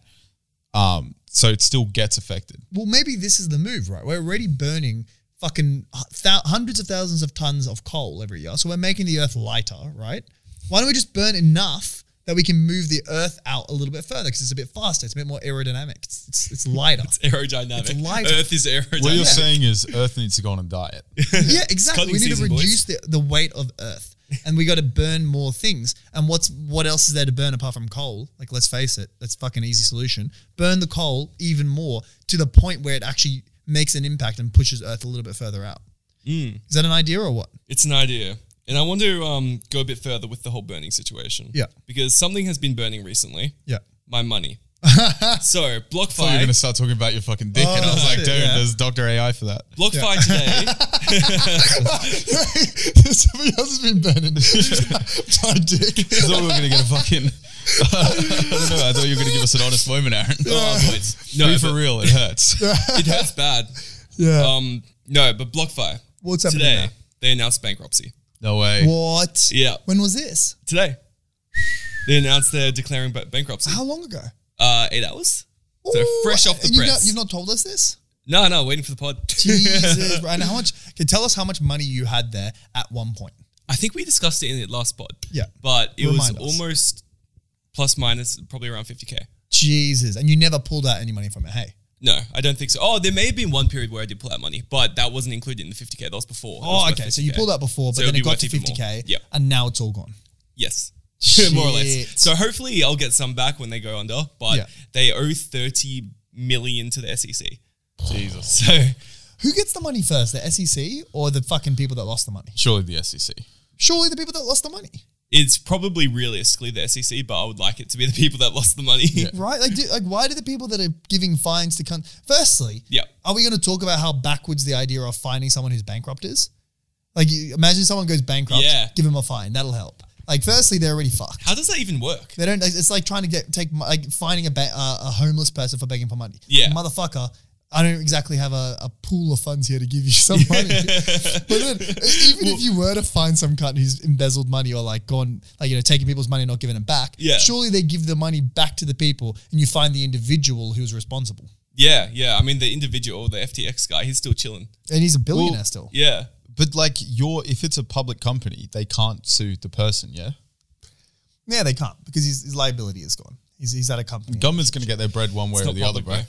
[SPEAKER 3] Um, so it still gets affected.
[SPEAKER 1] well, maybe this is the move, right? We're already burning fucking th- hundreds of thousands of tons of coal every year. So we're making the earth lighter, right? Why don't we just burn enough that we can move the earth out a little bit further because it's a bit faster, it's a bit more aerodynamic, it's, it's, it's lighter.
[SPEAKER 2] Aerodynamic.
[SPEAKER 1] It's light.
[SPEAKER 2] Earth is aerodynamic.
[SPEAKER 3] What you're saying is Earth needs to go on a diet.
[SPEAKER 1] yeah, exactly.
[SPEAKER 2] Cutting
[SPEAKER 1] we need to
[SPEAKER 2] season, boys.
[SPEAKER 1] reduce the, the weight of earth and we got to burn more things. And what's what else is there to burn apart from coal? Like, let's face it, that's fucking easy solution. Burn the coal even more to the point where it actually makes an impact and pushes earth a little bit further out.
[SPEAKER 2] Hmm.
[SPEAKER 1] Is that an idea or what?
[SPEAKER 2] It's an idea. And I want to um, go a bit further with the whole burning situation.
[SPEAKER 1] Yeah.
[SPEAKER 2] Because something has been burning recently.
[SPEAKER 1] Yeah.
[SPEAKER 2] My money. so
[SPEAKER 3] I thought you were
[SPEAKER 2] BlockFi,
[SPEAKER 3] gonna start talking about your fucking dick, and I was
[SPEAKER 1] Oh,
[SPEAKER 3] like,
[SPEAKER 1] shit,
[SPEAKER 3] dude,
[SPEAKER 1] yeah.
[SPEAKER 3] there's Doctor AI for that.
[SPEAKER 2] BlockFi today.
[SPEAKER 1] Somebody else has been burning my dick.
[SPEAKER 3] I thought we were gonna get a fucking. I don't know. I thought you were gonna give us an honest moment, Aaron.
[SPEAKER 2] oh, boys.
[SPEAKER 3] No,
[SPEAKER 2] No,
[SPEAKER 3] for
[SPEAKER 2] but
[SPEAKER 3] real, it hurts.
[SPEAKER 2] it hurts bad.
[SPEAKER 1] Yeah.
[SPEAKER 2] Um, No, but BlockFi
[SPEAKER 1] What's happening
[SPEAKER 2] today
[SPEAKER 1] now?
[SPEAKER 2] they announced bankruptcy.
[SPEAKER 3] No way.
[SPEAKER 1] What?
[SPEAKER 2] Yeah,
[SPEAKER 1] When was this?
[SPEAKER 2] today they announced they're declaring ba- bankruptcy.
[SPEAKER 1] How long ago?
[SPEAKER 2] Uh, eight hours. So
[SPEAKER 1] Ooh,
[SPEAKER 2] fresh off the
[SPEAKER 1] you've
[SPEAKER 2] press.
[SPEAKER 1] Not, you've not told us this.
[SPEAKER 2] No, no, waiting for the pod.
[SPEAKER 1] Jesus, right? And how much? Can tell us how much money you had there at one point.
[SPEAKER 2] I think we discussed it in the last pod.
[SPEAKER 1] Yeah.
[SPEAKER 2] but it was
[SPEAKER 1] Remind us.
[SPEAKER 2] almost plus minus probably around fifty k.
[SPEAKER 1] Jesus, and you never pulled out any money from it. Hey,
[SPEAKER 2] No, I don't think so. Oh, there may have been one period where I did pull out money, but that wasn't included in the 50k. That was before. That was
[SPEAKER 1] oh,
[SPEAKER 2] worth
[SPEAKER 1] okay. So you
[SPEAKER 2] 50K.
[SPEAKER 1] pulled out before, but
[SPEAKER 2] So
[SPEAKER 1] then
[SPEAKER 2] it'll
[SPEAKER 1] it
[SPEAKER 2] be
[SPEAKER 1] got
[SPEAKER 2] worth
[SPEAKER 1] to
[SPEAKER 2] even more.
[SPEAKER 1] fifty k,
[SPEAKER 2] Yep.
[SPEAKER 1] and now it's all gone.
[SPEAKER 2] Yes. More or less.
[SPEAKER 1] Shit.
[SPEAKER 2] So hopefully I'll get some back when they go under, but
[SPEAKER 1] Yeah.
[SPEAKER 2] they owe 30 million to the SEC.
[SPEAKER 3] Jesus.
[SPEAKER 2] So
[SPEAKER 1] Who gets the money first, the SEC or the fucking people that lost the money?
[SPEAKER 3] Surely the E SEC.
[SPEAKER 1] Surely the people that lost the money,
[SPEAKER 2] it's probably realistically the SEC, but I would like it to be the people that lost the money. Yeah.
[SPEAKER 1] right? Like, do, like, why do the people that are giving fines to con? Firstly, are we going to talk about how backwards the idea of finding someone who's bankrupt is? Like, you, imagine someone goes bankrupt,
[SPEAKER 2] Yeah.
[SPEAKER 1] give them a fine, that'll help. Like, firstly, they're already fucked.
[SPEAKER 2] How does that even work?
[SPEAKER 1] They don't. It's like trying to get take mo- like finding a ba- uh, a homeless person for begging for money.
[SPEAKER 2] Yeah.
[SPEAKER 1] motherfucker. I don't exactly have a, a pool of funds here to give you some money. but then, e, even if you were to find some cunt who's embezzled money or like gone, like, you know, taking people's money and not giving it back,
[SPEAKER 2] Yeah.
[SPEAKER 1] surely they give the money back to the people and you find the individual who's responsible.
[SPEAKER 2] Yeah, yeah. I mean, the individual, the FTX guy, he's still chilling.
[SPEAKER 1] And he's a billionaire
[SPEAKER 3] Well,
[SPEAKER 1] still.
[SPEAKER 2] Yeah.
[SPEAKER 3] But like your if it's a public company, they can't sue the person, yeah?
[SPEAKER 1] Yeah, they can't because his, his liability is gone. He's, he's at a company.
[SPEAKER 3] Government's gonna get their bread one way
[SPEAKER 2] It's
[SPEAKER 3] or
[SPEAKER 2] not
[SPEAKER 3] the other,
[SPEAKER 2] public,
[SPEAKER 3] bro.
[SPEAKER 2] bro.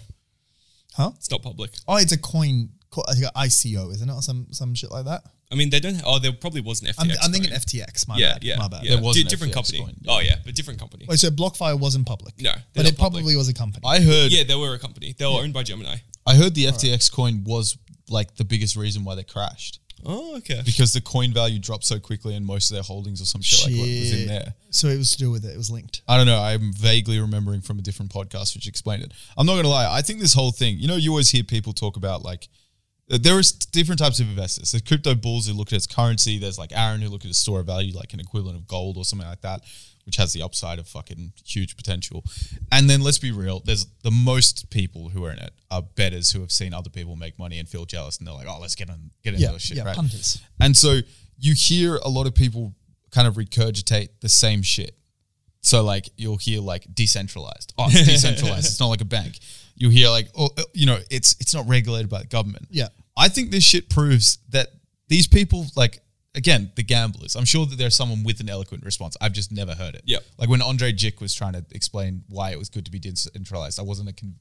[SPEAKER 1] Huh?
[SPEAKER 2] It's not public.
[SPEAKER 1] Oh, it's a coin, co- I think ICO, isn't it? Or some, some shit like that.
[SPEAKER 2] I mean, they don't. oh, there probably was an FTX.
[SPEAKER 1] I'm, I'm thinking
[SPEAKER 2] coin.
[SPEAKER 1] FTX. My
[SPEAKER 2] Yeah,
[SPEAKER 1] bad.
[SPEAKER 2] yeah.
[SPEAKER 1] My bad.
[SPEAKER 2] Yeah.
[SPEAKER 3] There was
[SPEAKER 2] Di-
[SPEAKER 3] an
[SPEAKER 2] different
[SPEAKER 3] FTX
[SPEAKER 2] company.
[SPEAKER 3] coin, yeah.
[SPEAKER 2] Oh yeah, but different company.
[SPEAKER 1] Wait, so BlockFi wasn't public.
[SPEAKER 2] No, they're
[SPEAKER 1] but
[SPEAKER 2] not
[SPEAKER 1] it probably
[SPEAKER 2] public.
[SPEAKER 1] was a company.
[SPEAKER 3] I heard
[SPEAKER 2] Yeah, they were a company. They were owned by Gemini.
[SPEAKER 3] I heard the FTX coin was like the biggest reason why they crashed.
[SPEAKER 2] Oh, okay.
[SPEAKER 3] Because the coin value dropped so quickly and most of their holdings or some shit, like what was in
[SPEAKER 1] Shit.
[SPEAKER 3] there.
[SPEAKER 1] So it was to do with it. It was linked.
[SPEAKER 3] I don't know. I'm vaguely remembering from a different podcast which explained it. I'm not going to lie. I think this whole thing, you know, you always hear people talk about like, uh, there is different types of investors. There's crypto bulls who look at its currency. There's like Aaron who look at a store of value, like an equivalent of gold or something like that, which has the upside of fucking huge potential. And then let's be real. There's the most people who are in it are betters who have seen other people make money and feel jealous. And they're like, oh, let's get on, get into
[SPEAKER 1] Yeah,
[SPEAKER 3] this shit.
[SPEAKER 1] yeah,
[SPEAKER 3] right?
[SPEAKER 1] punters.
[SPEAKER 3] And so you hear a lot of people kind of regurgitate the same shit. So like you'll hear like decentralized. Oh, it's decentralized. it's not like a bank. You hear like oh, uh, you know, it's it's not regulated by the government.
[SPEAKER 1] Yeah.
[SPEAKER 3] I think this shit proves that these people like again, the gamblers. I'm sure that there's someone with an eloquent response. I've just never heard it.
[SPEAKER 2] Yep.
[SPEAKER 3] Like when Andre Jick was trying to explain why it was good to be decentralized, I wasn't a con-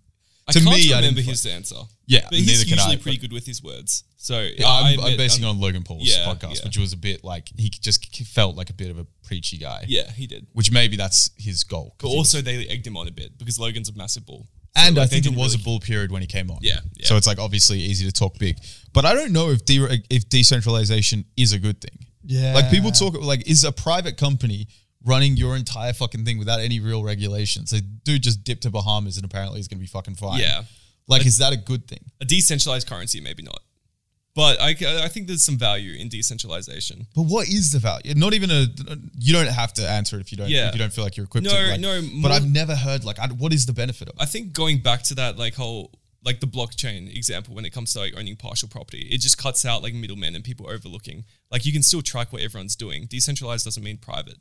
[SPEAKER 2] I
[SPEAKER 3] to
[SPEAKER 2] can't
[SPEAKER 3] me, I
[SPEAKER 2] remember
[SPEAKER 3] didn't
[SPEAKER 2] his answer.
[SPEAKER 3] Yeah,
[SPEAKER 2] but he's
[SPEAKER 3] neither can
[SPEAKER 2] usually
[SPEAKER 3] I,
[SPEAKER 2] pretty
[SPEAKER 3] but-
[SPEAKER 2] good with his words. So I
[SPEAKER 3] I'm,
[SPEAKER 2] admit-
[SPEAKER 3] I'm basing
[SPEAKER 2] I'm-
[SPEAKER 3] on Logan Paul's
[SPEAKER 2] Yeah,
[SPEAKER 3] podcast,
[SPEAKER 2] yeah.
[SPEAKER 3] which was a bit like he just felt like a bit of a preachy guy.
[SPEAKER 2] Yeah, he did.
[SPEAKER 3] Which maybe that's his goal.
[SPEAKER 2] But
[SPEAKER 3] 'cause he was-
[SPEAKER 2] also, they egged him on a bit because Logan's a massive bull. So,
[SPEAKER 3] and
[SPEAKER 2] like,
[SPEAKER 3] I
[SPEAKER 2] they
[SPEAKER 3] think it
[SPEAKER 2] didn't
[SPEAKER 3] was
[SPEAKER 2] really-
[SPEAKER 3] a bull period when he came on.
[SPEAKER 2] Yeah, yeah.
[SPEAKER 3] So it's like obviously easy to talk big, but I don't know if de- if decentralization is a good thing.
[SPEAKER 1] Yeah.
[SPEAKER 3] Like people talk like is a private company running your entire fucking thing without any real regulations? The dude just dipped to Bahamas and apparently he's gonna be fucking fine.
[SPEAKER 2] Yeah.
[SPEAKER 3] Like is that a good thing?
[SPEAKER 2] a decentralized currency, maybe not. But I, I think there's some value in decentralization.
[SPEAKER 3] But what is the value? Not even a. You don't have to answer it if you don't.
[SPEAKER 2] Yeah.
[SPEAKER 3] If you don't feel like you're equipped.
[SPEAKER 2] No,
[SPEAKER 3] to, like,
[SPEAKER 2] no,
[SPEAKER 3] But
[SPEAKER 2] more-
[SPEAKER 3] I've never heard like, I, what is the benefit of it?
[SPEAKER 2] I think going back to that like whole like the blockchain example when it comes to like owning partial property, it just cuts out like middlemen and people overlooking. Like you can still track what everyone's doing. Decentralized doesn't mean private.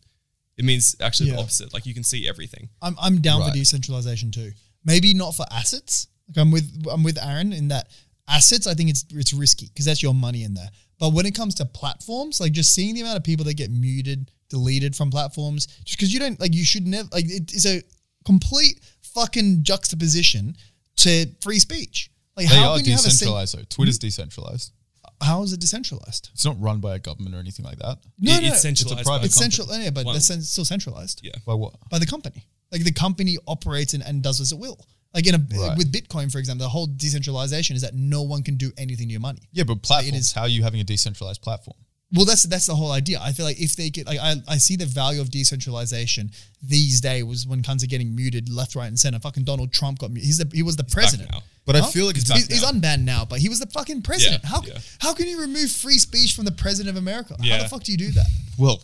[SPEAKER 2] It means actually
[SPEAKER 1] Yeah.
[SPEAKER 2] the opposite. Like you can see everything.
[SPEAKER 1] I'm, I'm down
[SPEAKER 3] Right.
[SPEAKER 1] for decentralization too. Maybe not for assets. Like I'm with I'm with Aaron in that assets. I think it's it's risky because that's your money in there. But when it comes to platforms, like just seeing the amount of people that get muted, deleted from platforms, just because you don't like you should never like it is a complete fucking juxtaposition to free speech. Like
[SPEAKER 3] They
[SPEAKER 1] how
[SPEAKER 3] are
[SPEAKER 1] can you have a sen-
[SPEAKER 3] decentralized though. Twitter's decentralized.
[SPEAKER 1] how is it decentralized?
[SPEAKER 3] It's not run by a government or anything like that.
[SPEAKER 1] No,
[SPEAKER 2] It-
[SPEAKER 1] no,
[SPEAKER 2] it's
[SPEAKER 1] it's a
[SPEAKER 2] centralized. by
[SPEAKER 3] private
[SPEAKER 2] the
[SPEAKER 1] It's
[SPEAKER 2] company.
[SPEAKER 1] central, yeah, but
[SPEAKER 2] Wow.
[SPEAKER 1] that's cen- still centralized.
[SPEAKER 2] Yeah.
[SPEAKER 3] By what?
[SPEAKER 1] by the company. Like the company operates and, and does as it will. Like in a
[SPEAKER 3] Right.
[SPEAKER 1] with Bitcoin, for example, the whole decentralization is that no one can do anything to your money.
[SPEAKER 3] Yeah, but platforms.
[SPEAKER 1] is-
[SPEAKER 3] How are you having a decentralized platform?
[SPEAKER 1] Well, that's that's the whole idea. I feel like if they get like I, I see the value of decentralization these days was when cunts are getting muted left, right, and center. Fucking Donald Trump got muted. He's the, he was the president.
[SPEAKER 2] now.
[SPEAKER 3] But I feel like it's
[SPEAKER 1] he's,
[SPEAKER 3] back
[SPEAKER 1] he's unbanned now, but he was the fucking president.
[SPEAKER 2] Yeah,
[SPEAKER 1] how
[SPEAKER 2] yeah.
[SPEAKER 1] how can you remove free speech from the president of America? How
[SPEAKER 2] Yeah.
[SPEAKER 1] the fuck do you do that?
[SPEAKER 3] Well,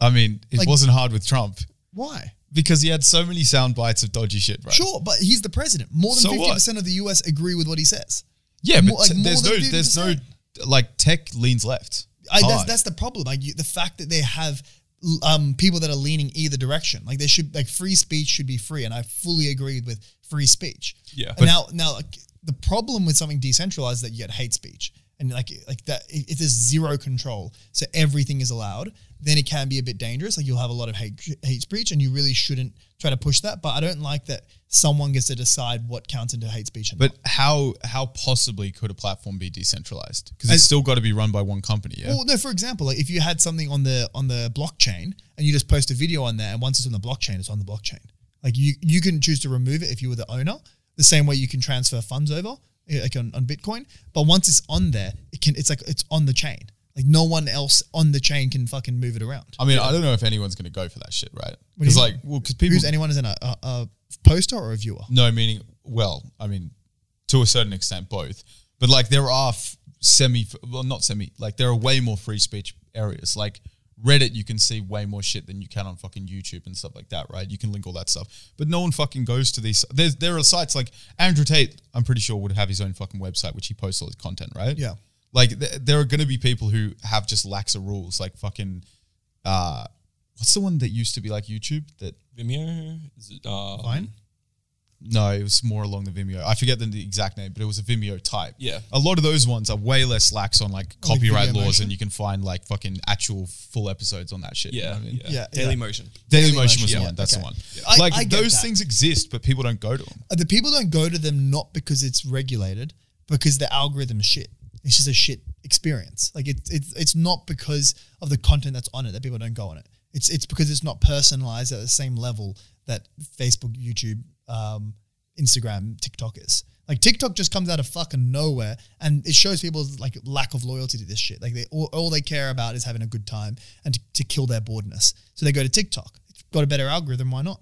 [SPEAKER 3] I mean, it
[SPEAKER 1] Like-
[SPEAKER 3] wasn't hard with Trump
[SPEAKER 1] Why?
[SPEAKER 3] because he had so many sound bites of dodgy shit, right?
[SPEAKER 1] Sure, but he's the president. More than
[SPEAKER 3] So
[SPEAKER 1] fifty
[SPEAKER 3] what?
[SPEAKER 1] percent of the U.S. agree with what he says.
[SPEAKER 3] Yeah, but
[SPEAKER 1] More- like,
[SPEAKER 3] t-
[SPEAKER 1] more
[SPEAKER 3] there's
[SPEAKER 1] than
[SPEAKER 3] no, there's no
[SPEAKER 1] 50%.
[SPEAKER 3] like tech leans left.
[SPEAKER 1] I, that's,
[SPEAKER 3] Hard.
[SPEAKER 1] that's the problem. Like you, the fact that they have l- um, people that are leaning either direction. Like there should like free speech should be free, and I fully agreed with free speech.
[SPEAKER 2] Yeah.
[SPEAKER 1] And
[SPEAKER 2] But-
[SPEAKER 1] now, now like, the problem with something decentralized is that you get hate speech, and like like that if if there's zero control, so everything is allowed, then it can be a bit dangerous. Like you'll have a lot of hate hate speech, and you really shouldn't try to push that. But I don't like that someone gets to decide what counts into hate speech. And
[SPEAKER 3] But how how possibly could a platform be decentralized? Because it's
[SPEAKER 1] As-
[SPEAKER 3] still got to be run by one company. Yeah.
[SPEAKER 1] Well, no. For example, like if you had something on the on the blockchain and you just post a video on there, and once it's on the blockchain, it's on the blockchain. Like you you can choose to remove it if you were the owner, the same way you can transfer funds over eh, like on, on Bitcoin. But once it's on there, it can it's like it's on the chain. Like no one else on the chain can fucking move it around.
[SPEAKER 3] I mean, I don't know if anyone's going to go for that shit, right?
[SPEAKER 1] do
[SPEAKER 3] Because
[SPEAKER 1] you
[SPEAKER 3] like, well, because people
[SPEAKER 1] Who's anyone is in a, a, a uh, poster or a viewer?
[SPEAKER 3] No, meaning, well, I mean, to a certain extent, both. But like, there are f- semi, well, not semi, like, there are way more free speech areas. Like, Reddit, you can see way more shit than you can on fucking YouTube and stuff like that, right? You can link all that stuff. But no one fucking goes to these. There's, there are sites like Andrew Tate, I'm pretty sure, would have his own fucking website, which he posts all his content, right?
[SPEAKER 1] Yeah.
[SPEAKER 3] Like, th- there are going to be people who have just lax of rules, like fucking, uh, what's the one that used to be like YouTube that
[SPEAKER 2] Vimeo, is it, uh,
[SPEAKER 1] Fine.
[SPEAKER 3] no, it was more along the Vimeo. I forget the, the exact name, but it was a Vimeo type.
[SPEAKER 2] Yeah.
[SPEAKER 3] A lot of those ones are way less lax on like
[SPEAKER 1] Like Vimeo
[SPEAKER 3] copyright laws,
[SPEAKER 1] Motion?
[SPEAKER 3] and you can find like fucking actual full episodes on that shit. you know
[SPEAKER 2] Yeah,
[SPEAKER 3] what I mean?
[SPEAKER 2] yeah,
[SPEAKER 1] Yeah,
[SPEAKER 2] Daily
[SPEAKER 1] yeah.
[SPEAKER 2] Motion.
[SPEAKER 3] Daily,
[SPEAKER 1] Daily
[SPEAKER 3] Motion was
[SPEAKER 1] Motion,
[SPEAKER 3] the
[SPEAKER 1] yeah,
[SPEAKER 3] one. That's
[SPEAKER 1] okay.
[SPEAKER 3] the one.
[SPEAKER 1] Yeah. I-
[SPEAKER 3] Like
[SPEAKER 1] I get
[SPEAKER 3] those
[SPEAKER 1] that.
[SPEAKER 3] things exist, but people don't go to them.
[SPEAKER 1] Uh, the people don't go to them not because it's regulated, because the algorithm is shit. It's just a shit experience. Like it's it's it's not because of the content that's on it that people don't go on it. It's it's because it's not personalized at the same level that Facebook, YouTube, um, Instagram, TikTok is. Like TikTok just comes out of fucking nowhere, and it shows people's like lack of loyalty to this shit. Like they all, all they care about is having a good time and to, to kill their boredness. So they go to TikTok. It's got a better algorithm. Why not?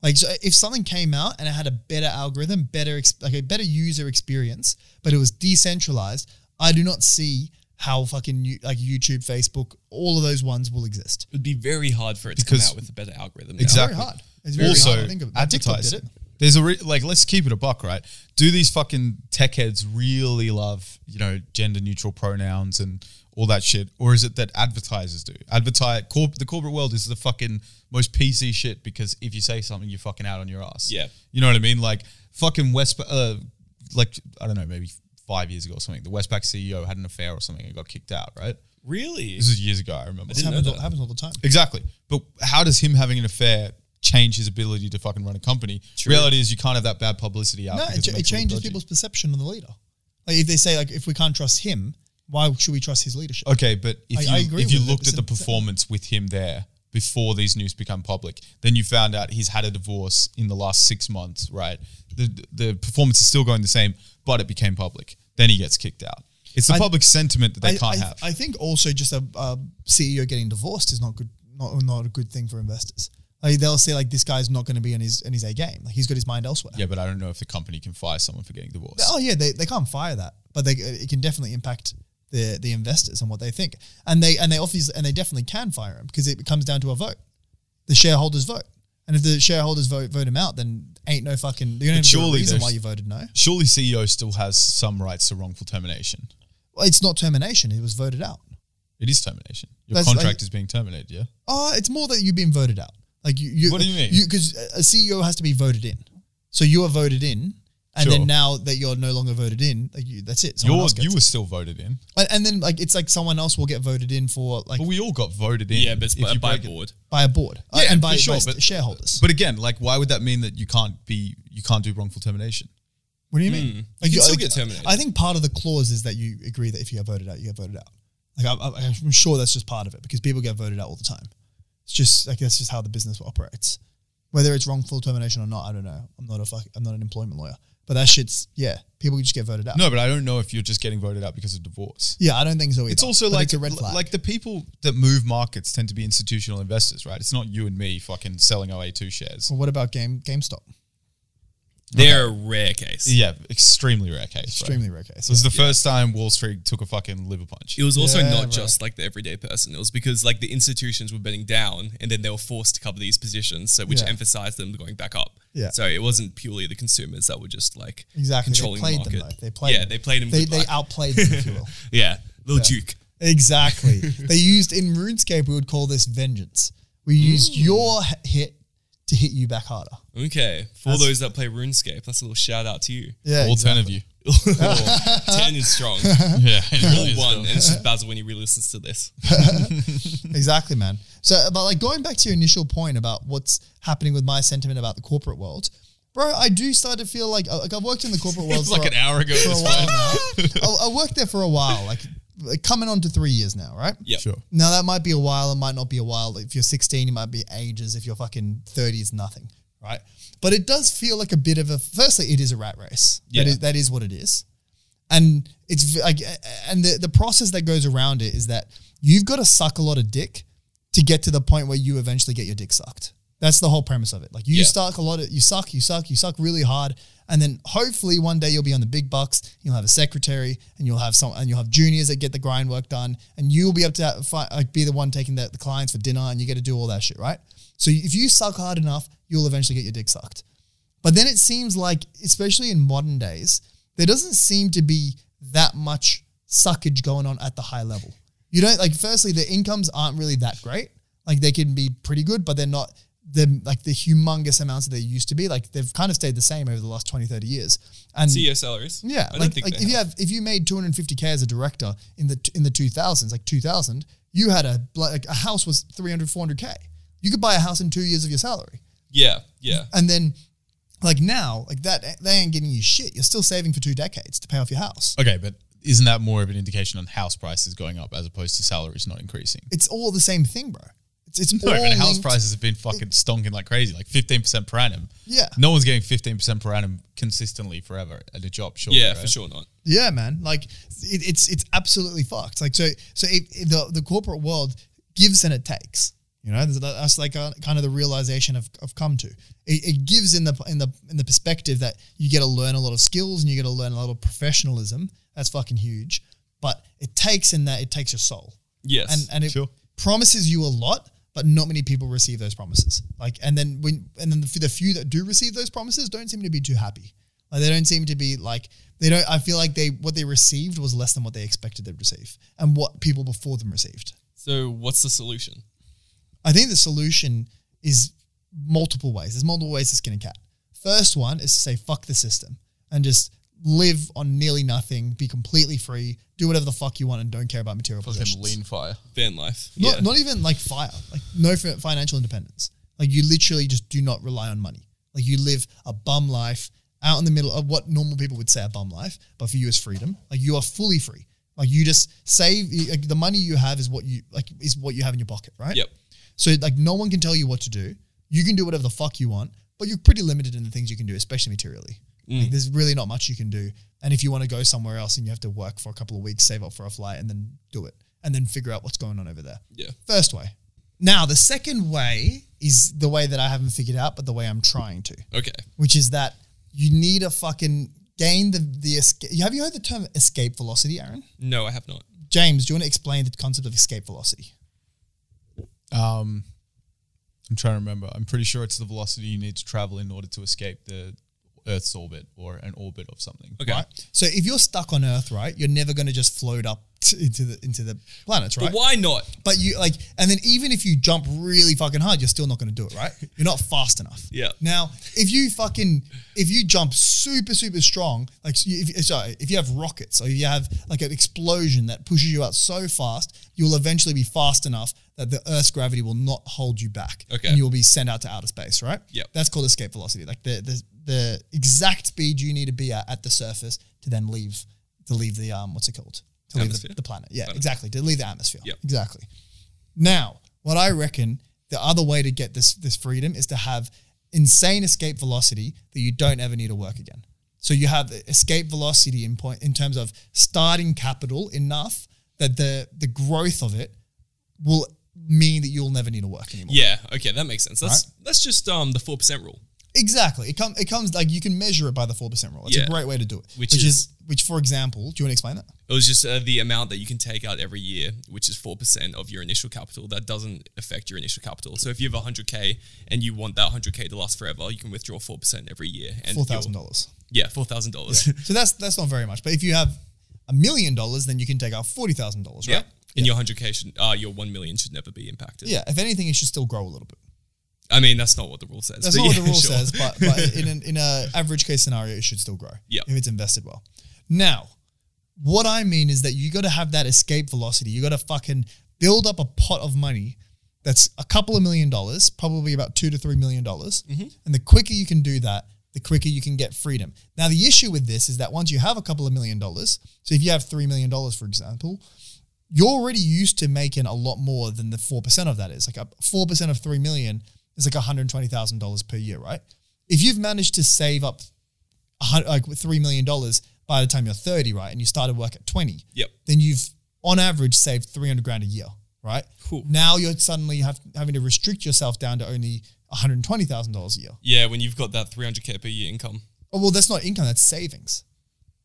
[SPEAKER 1] Like so if something came out and it had a better algorithm, better ex- like a better user experience, but it was decentralized, I do not see how fucking you, like YouTube, Facebook, all of those ones will exist.
[SPEAKER 2] It would be very hard for it to
[SPEAKER 3] Because-
[SPEAKER 2] come out with a better algorithm. now.
[SPEAKER 3] Exactly.
[SPEAKER 1] Very hard. It's very
[SPEAKER 3] also,
[SPEAKER 1] hard to think of. But TikTok
[SPEAKER 3] advertise
[SPEAKER 1] did
[SPEAKER 3] it. There's a re- like. Let's keep it a buck, right? Do these fucking tech heads really love you know gender neutral pronouns and all that shit, or is it that advertisers do? Advertise corp- the corporate world is the fucking most PC shit because if you say something, you're fucking out on your ass.
[SPEAKER 2] Yeah.
[SPEAKER 3] you know what I mean. Like fucking West, uh, like I don't know, maybe five years ago or something. The Westpac CEO had an affair or something and got kicked out. Right?
[SPEAKER 2] Really?
[SPEAKER 3] This is years ago. I remember.
[SPEAKER 1] It
[SPEAKER 2] didn't know
[SPEAKER 1] happens, all,
[SPEAKER 2] that.
[SPEAKER 1] happens all the time.
[SPEAKER 3] Exactly. But how does him having an affair change his ability to fucking run a company?
[SPEAKER 2] True.
[SPEAKER 3] Reality is you can't have that bad publicity out.
[SPEAKER 1] No,
[SPEAKER 3] because
[SPEAKER 1] it, it
[SPEAKER 3] makes look
[SPEAKER 1] changes
[SPEAKER 3] dodgy.
[SPEAKER 1] people's perception of the leader. Like if they say like if we can't trust him, why should we trust his leadership?
[SPEAKER 3] Okay, but if
[SPEAKER 1] I-
[SPEAKER 3] you
[SPEAKER 1] I agree
[SPEAKER 3] if you
[SPEAKER 1] with it.
[SPEAKER 3] looked
[SPEAKER 1] It's
[SPEAKER 3] at the
[SPEAKER 1] a- it's a-
[SPEAKER 3] performance with him there before these news become public, then you found out he's had a divorce in the last six months. Right, the the performance is still going the same, but it became public. Then he gets kicked out. It's the
[SPEAKER 1] I-
[SPEAKER 3] public sentiment that they
[SPEAKER 1] I,
[SPEAKER 3] can't
[SPEAKER 1] I-
[SPEAKER 3] have.
[SPEAKER 1] I think also just a, a CEO getting divorced is not good, not not a good thing for investors. Like they'll say like this guy's not going to be in his in his A game. Like he's got his mind elsewhere.
[SPEAKER 3] yeah, but I don't know if the company can fire someone for getting divorced.
[SPEAKER 1] Oh yeah, they, they can't fire that, but they it can definitely impact the the investors and what they think. And they and they obviously and they definitely can fire him because it comes down to a vote. The shareholders vote, and if the shareholders vote vote him out, then ain't no fucking. You don't even have a
[SPEAKER 3] surely
[SPEAKER 1] reason
[SPEAKER 3] there's-
[SPEAKER 1] why you voted no.
[SPEAKER 3] Surely CEO still has some rights to wrongful termination.
[SPEAKER 1] Well, it's not termination. It was voted out.
[SPEAKER 3] It is termination. Your
[SPEAKER 1] That's
[SPEAKER 3] contract
[SPEAKER 1] like-
[SPEAKER 3] is being terminated, yeah?
[SPEAKER 1] Uh, it's more that you've been voted out. Like you, you
[SPEAKER 3] What do you mean?
[SPEAKER 1] Because a CEO has to be voted in. So you are voted in, and
[SPEAKER 3] Sure.
[SPEAKER 1] then now that you're no longer voted in, like you, that's it. Someone
[SPEAKER 3] You're,
[SPEAKER 1] else gets
[SPEAKER 3] you
[SPEAKER 1] it.
[SPEAKER 3] were still voted in.
[SPEAKER 1] and, and then like it's like someone else will get voted in for like
[SPEAKER 3] But we all got voted in.
[SPEAKER 2] yeah, but it's
[SPEAKER 3] If
[SPEAKER 2] by,
[SPEAKER 3] you
[SPEAKER 2] by
[SPEAKER 3] break it-
[SPEAKER 2] board.
[SPEAKER 1] by a board uh,
[SPEAKER 3] Yeah,
[SPEAKER 1] and by,
[SPEAKER 3] for sure,
[SPEAKER 1] by st-
[SPEAKER 3] but-
[SPEAKER 1] shareholders.
[SPEAKER 3] But again, like why would that mean that you can't be you can't do wrongful termination?
[SPEAKER 1] what do Hmm. you mean?
[SPEAKER 2] You can still get terminated.
[SPEAKER 1] I think part of the clause is that you agree that if you get voted out, you get voted out. Like I, I, I'm sure that's just part of it because people get voted out all the time. It's just like that's just how the business operates. Whether it's wrongful termination or not, I don't know. I'm not a fuck, I'm not an employment lawyer, but that shit's yeah. People just get voted out.
[SPEAKER 3] No, but I don't know if you're just getting voted out because of divorce.
[SPEAKER 1] Yeah, I don't think so either.
[SPEAKER 3] It's also
[SPEAKER 1] but
[SPEAKER 3] like
[SPEAKER 1] it's a red flag.
[SPEAKER 3] like the people that move markets tend to be institutional investors, right? It's not you and me fucking selling OA2 shares.
[SPEAKER 1] Well, what about Game GameStop?
[SPEAKER 2] They're a rare case.
[SPEAKER 3] Yeah, extremely rare case. Extremely.
[SPEAKER 1] Extremely rare case.
[SPEAKER 3] It was
[SPEAKER 1] yeah.
[SPEAKER 3] the first time Wall Street took a fucking liver punch.
[SPEAKER 2] It was also
[SPEAKER 1] Yeah,
[SPEAKER 2] not
[SPEAKER 1] right.
[SPEAKER 2] just like the everyday person. It was because like the institutions were betting down, and then they were forced to cover these positions, so which
[SPEAKER 1] Yeah.
[SPEAKER 2] emphasized them going back up.
[SPEAKER 4] Yeah.
[SPEAKER 2] So it wasn't purely the consumers that were just like
[SPEAKER 1] Exactly. They
[SPEAKER 2] controlling
[SPEAKER 1] played
[SPEAKER 2] the
[SPEAKER 1] them,
[SPEAKER 2] market.
[SPEAKER 1] though. They played
[SPEAKER 2] yeah,
[SPEAKER 1] them.
[SPEAKER 2] they played him.
[SPEAKER 1] They,
[SPEAKER 2] good
[SPEAKER 1] they
[SPEAKER 2] luck.
[SPEAKER 1] outplayed them, if you will.
[SPEAKER 2] yeah, little Duke.
[SPEAKER 1] Exactly. they used in RuneScape, we would call this vengeance. We used your h- hit to hit you back harder.
[SPEAKER 2] Okay, for
[SPEAKER 1] That's-
[SPEAKER 2] those that play RuneScape, that's a little shout out to you.
[SPEAKER 1] Yeah.
[SPEAKER 3] all ten of you.
[SPEAKER 2] Ten is strong.
[SPEAKER 3] Yeah, it really
[SPEAKER 2] All
[SPEAKER 3] is
[SPEAKER 2] one,
[SPEAKER 3] dumb.
[SPEAKER 2] and it's just Basil when he really listens to this.
[SPEAKER 1] Exactly, man. So, but like going back to your initial point about what's happening with my sentiment about the corporate world, bro, I do start to feel like, like I've worked in the corporate world
[SPEAKER 3] It's
[SPEAKER 1] for
[SPEAKER 3] like
[SPEAKER 1] a-
[SPEAKER 3] an hour ago.
[SPEAKER 1] for a
[SPEAKER 3] This
[SPEAKER 1] while
[SPEAKER 3] one.
[SPEAKER 1] now. I, I worked there for a while, like, like coming on to three years now, right?
[SPEAKER 2] Yep.
[SPEAKER 3] Sure.
[SPEAKER 1] Now that might be a while, it might not be a while. If you're 16, it might be ages. If you're fucking 30, it's nothing, right? But it does feel like a bit of a. Firstly, it is a rat race.
[SPEAKER 2] Yeah.
[SPEAKER 1] That is that is what it is, and it's v- like, and the the process that goes around it is that you've got to suck a lot of dick to get to the point where you eventually get your dick sucked. That's the whole premise of it. Like you
[SPEAKER 2] Yeah.
[SPEAKER 1] suck a lot of, you suck, you suck, you suck really hard, and then hopefully one day you'll be on the big bucks. You'll have a secretary, and you'll have some, and you'll have juniors that get the grind work done, and you'll be able to have, fi- like be the one taking the, the clients for dinner, and you get to do all that shit, right? So if you suck hard enough, you'll eventually get your dick sucked. But then it seems like, especially in modern days, there doesn't seem to be that much suckage going on at the high level. You don't like. Firstly, the incomes aren't really that great. Like they can be pretty good, but they're not the like the humongous amounts that they used to be. Like they've kind of stayed the same over the last 20, 30 years. And
[SPEAKER 2] CEO salaries.
[SPEAKER 1] yeah,
[SPEAKER 2] I don't
[SPEAKER 1] like,
[SPEAKER 2] think
[SPEAKER 1] like
[SPEAKER 2] they
[SPEAKER 1] if you
[SPEAKER 2] have.
[SPEAKER 1] have if you made 250k as a director in the in the 2000s, like 2000, you had a like a house was 300 400k. You could buy a house in 2 years of your salary.
[SPEAKER 2] Yeah, yeah.
[SPEAKER 1] And then, like now, like that, they ain't getting you shit. You're still saving for two decades to pay off your house.
[SPEAKER 3] Okay, but isn't that more of an indication on house prices going up as opposed to salaries not increasing?
[SPEAKER 1] It's all the same thing, bro. It's it's
[SPEAKER 3] No,
[SPEAKER 1] all
[SPEAKER 3] but house
[SPEAKER 1] linked-
[SPEAKER 3] prices have been fucking stonking like crazy, like fifteen percent per annum.
[SPEAKER 1] Yeah.
[SPEAKER 3] no one's getting fifteen percent per annum consistently forever at a job. Sure,
[SPEAKER 2] Yeah, for sure not.
[SPEAKER 1] Yeah, man. Like it, it's it's absolutely fucked. Like so so it, it- the the corporate world gives and it takes. You know, There's- that's like uh kind of the realization I've, I've come to. It, it gives in the in the in the perspective that you get to learn a lot of skills and you get to learn a lot of professionalism. That's fucking huge. But it takes in that it takes your soul.
[SPEAKER 2] Yes.
[SPEAKER 1] and and it
[SPEAKER 3] Sure.
[SPEAKER 1] promises you a lot, but not many people receive those promises. Like, and then when and then the, the few that do receive those promises don't seem to be too happy. Like, they don't seem to be like they don't. I feel like they what they received was less than what they expected they'd receive, and what people before them received.
[SPEAKER 2] so what's the solution?
[SPEAKER 1] I think the solution is multiple ways. There's multiple ways to skin a cat. First one is to say fuck the system and just live on nearly nothing, be completely free, do whatever the fuck you want, and don't care about material possessions.
[SPEAKER 3] fire.
[SPEAKER 2] Van life.
[SPEAKER 1] Not,
[SPEAKER 2] yeah.
[SPEAKER 1] not even like fire, like no fi- financial independence. Like you literally just do not rely on money. Like you live a bum life out in the middle of what normal people would say a bum life, but for you is freedom. Like you are fully free. Like you just save you- like the money you have is what you like is what you have in your pocket, right?
[SPEAKER 2] Yep.
[SPEAKER 1] So like no one can tell you what to do. You can do whatever the fuck you want, but you're pretty limited in the things you can do, especially materially.
[SPEAKER 2] Mm.
[SPEAKER 1] Like, there's really not much you can do. And if you want to go somewhere else and you have to work for a couple of weeks, save up for a flight and then do it and then figure out what's going on over there.
[SPEAKER 2] Yeah.
[SPEAKER 1] First way. Now, the second way is the way that I haven't figured out, but the way I'm trying to,
[SPEAKER 2] Okay.
[SPEAKER 1] which is that you need a fucking gain the, the escape. Have you heard the term escape velocity, Aaron?
[SPEAKER 2] No, I have not.
[SPEAKER 1] James, do you want to explain the concept of escape velocity?
[SPEAKER 3] Um, I'm trying to remember. I'm pretty sure it's the velocity you need to travel in order to escape the Earth's orbit or an orbit of something.
[SPEAKER 2] Okay.
[SPEAKER 1] Right? So if you're stuck on Earth, right, you're never going to just float up t- into the into the planets, right?
[SPEAKER 2] But why not?
[SPEAKER 1] But you like, and then even if you jump really fucking hard, you're still not going to do it, right? You're not fast enough.
[SPEAKER 2] Yeah.
[SPEAKER 1] Now, if you fucking if you jump super super strong, like so you- if, sorry, if you have rockets or you have like an explosion that pushes you out so fast, you'll eventually be fast enough that the Earth's gravity will not hold you back.
[SPEAKER 2] Okay.
[SPEAKER 1] And you'll be sent out to outer space, right?
[SPEAKER 2] Yep.
[SPEAKER 1] That's called escape velocity, like the the the exact speed you need to be at at the surface to then leave to leave the um what's it called to leave
[SPEAKER 2] Atmosphere?
[SPEAKER 1] the, the planet. Yeah, exactly. To leave the atmosphere.
[SPEAKER 2] Yep.
[SPEAKER 1] Exactly. Now, what I reckon the other way to get this this freedom is to have insane escape velocity that you don't ever need to work again. So you have escape velocity in point in terms of starting capital enough that the the growth of it will mean that you'll never need to work anymore.
[SPEAKER 2] Yeah. Okay, that makes sense. That's that's just um the four percent rule.
[SPEAKER 1] Exactly. It comes. It comes like you can measure it by the four percent rule. It's
[SPEAKER 2] Yeah.
[SPEAKER 1] a great way to do it,
[SPEAKER 2] Which
[SPEAKER 1] which, is,
[SPEAKER 2] is-
[SPEAKER 1] Which, for example, do you want to explain that?
[SPEAKER 2] It was just uh, the amount that you can take out every year, which is 4% of your initial capital. That doesn't affect your initial capital. So if you have 100K and you want that 100K to last forever, you can withdraw 4% every year.
[SPEAKER 1] Four
[SPEAKER 2] and you'll-
[SPEAKER 1] thousand dollars.
[SPEAKER 2] Yeah, $4,000.
[SPEAKER 1] So that's that's not very much. But if you have a million dollars, then you can take out forty thousand dollars,
[SPEAKER 2] Yeah.
[SPEAKER 1] right?
[SPEAKER 2] And your 100K should, uh, your 1 million should never be impacted.
[SPEAKER 1] Yeah. If anything, it should still grow a little bit.
[SPEAKER 2] I mean, that's not what the rule says.
[SPEAKER 1] That's
[SPEAKER 2] but
[SPEAKER 1] not what
[SPEAKER 2] yeah,
[SPEAKER 1] the rule
[SPEAKER 2] sure.
[SPEAKER 1] says, but, but in an in a average case scenario, it should still grow.
[SPEAKER 2] Yeah.
[SPEAKER 1] If it's invested well. Now, what I mean is that you got to have that escape velocity. You got to fucking build up a pot of money that's a couple of million dollars, probably about two to three million dollars.
[SPEAKER 2] Mm-hmm.
[SPEAKER 1] And the quicker you can do that, the quicker you can get freedom. Now, the issue with this is that once you have a couple of million dollars, so if you have three million dollars, for example, you're already used to making a lot more than the 4% of that is. Like a 4% of 3 million is like $120,000 per year, right? If you've managed to save up a hun- like $3 million by the time you're 30, right? And you started work at 20,
[SPEAKER 2] Yep.
[SPEAKER 1] then you've on average saved 300 grand a year, right?
[SPEAKER 2] Cool.
[SPEAKER 1] Now you're suddenly have, having to restrict yourself down to only $120,000 a year.
[SPEAKER 2] Yeah, when you've got that 300K per year income.
[SPEAKER 1] Oh, well, that's not income, that's savings.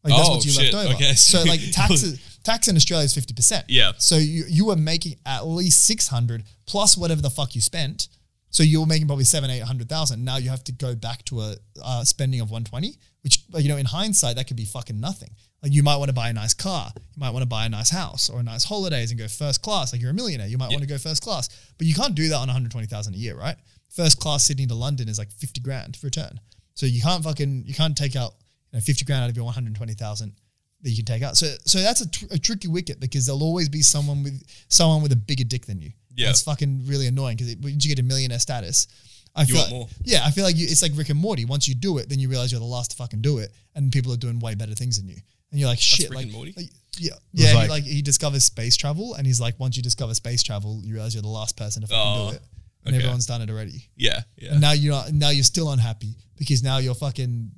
[SPEAKER 1] Like that's
[SPEAKER 2] Oh,
[SPEAKER 1] what you
[SPEAKER 2] shit,
[SPEAKER 1] left over.
[SPEAKER 2] okay.
[SPEAKER 1] So like taxes tax in Australia is fifty percent.
[SPEAKER 2] Yeah.
[SPEAKER 1] So you you were making at least six hundred plus whatever the fuck you spent. So you were making probably seven, eight hundred thousand. Now you have to go back to a uh, spending of one twenty, which like, you know in hindsight that could be fucking nothing. Like you might want to buy a nice car, you might want to buy a nice house or a nice holidays and go first class. Like you're a millionaire, you might want to go first class, but you can't do that on one hundred twenty thousand a year, right? First class Sydney to London is like fifty grand return. So you can't fucking you can't take out you know, fifty grand out of your one hundred twenty thousand that you can take out. So so that's a, tr- a tricky wicket because there'll always be someone with someone with a bigger dick than you.
[SPEAKER 2] Yeah.
[SPEAKER 1] it's fucking really annoying because once you get a millionaire status, I feel
[SPEAKER 2] want
[SPEAKER 1] like-
[SPEAKER 2] more.
[SPEAKER 1] Yeah, I feel like you, it's like Rick and Morty. Once you do it, then you realize you're the last to fucking do it, and people are doing way better things than you. And you're like, shit,
[SPEAKER 2] Rick
[SPEAKER 1] like,
[SPEAKER 2] and Morty?
[SPEAKER 1] like, yeah, yeah.
[SPEAKER 3] like-
[SPEAKER 1] he, like he discovers space travel, and he's like, once you discover space travel, you realize you're the last person to fucking
[SPEAKER 2] Oh,
[SPEAKER 1] do it, and
[SPEAKER 2] okay.
[SPEAKER 1] everyone's done it already.
[SPEAKER 2] Yeah. Yeah.
[SPEAKER 1] And now you're now you're still unhappy because now your fucking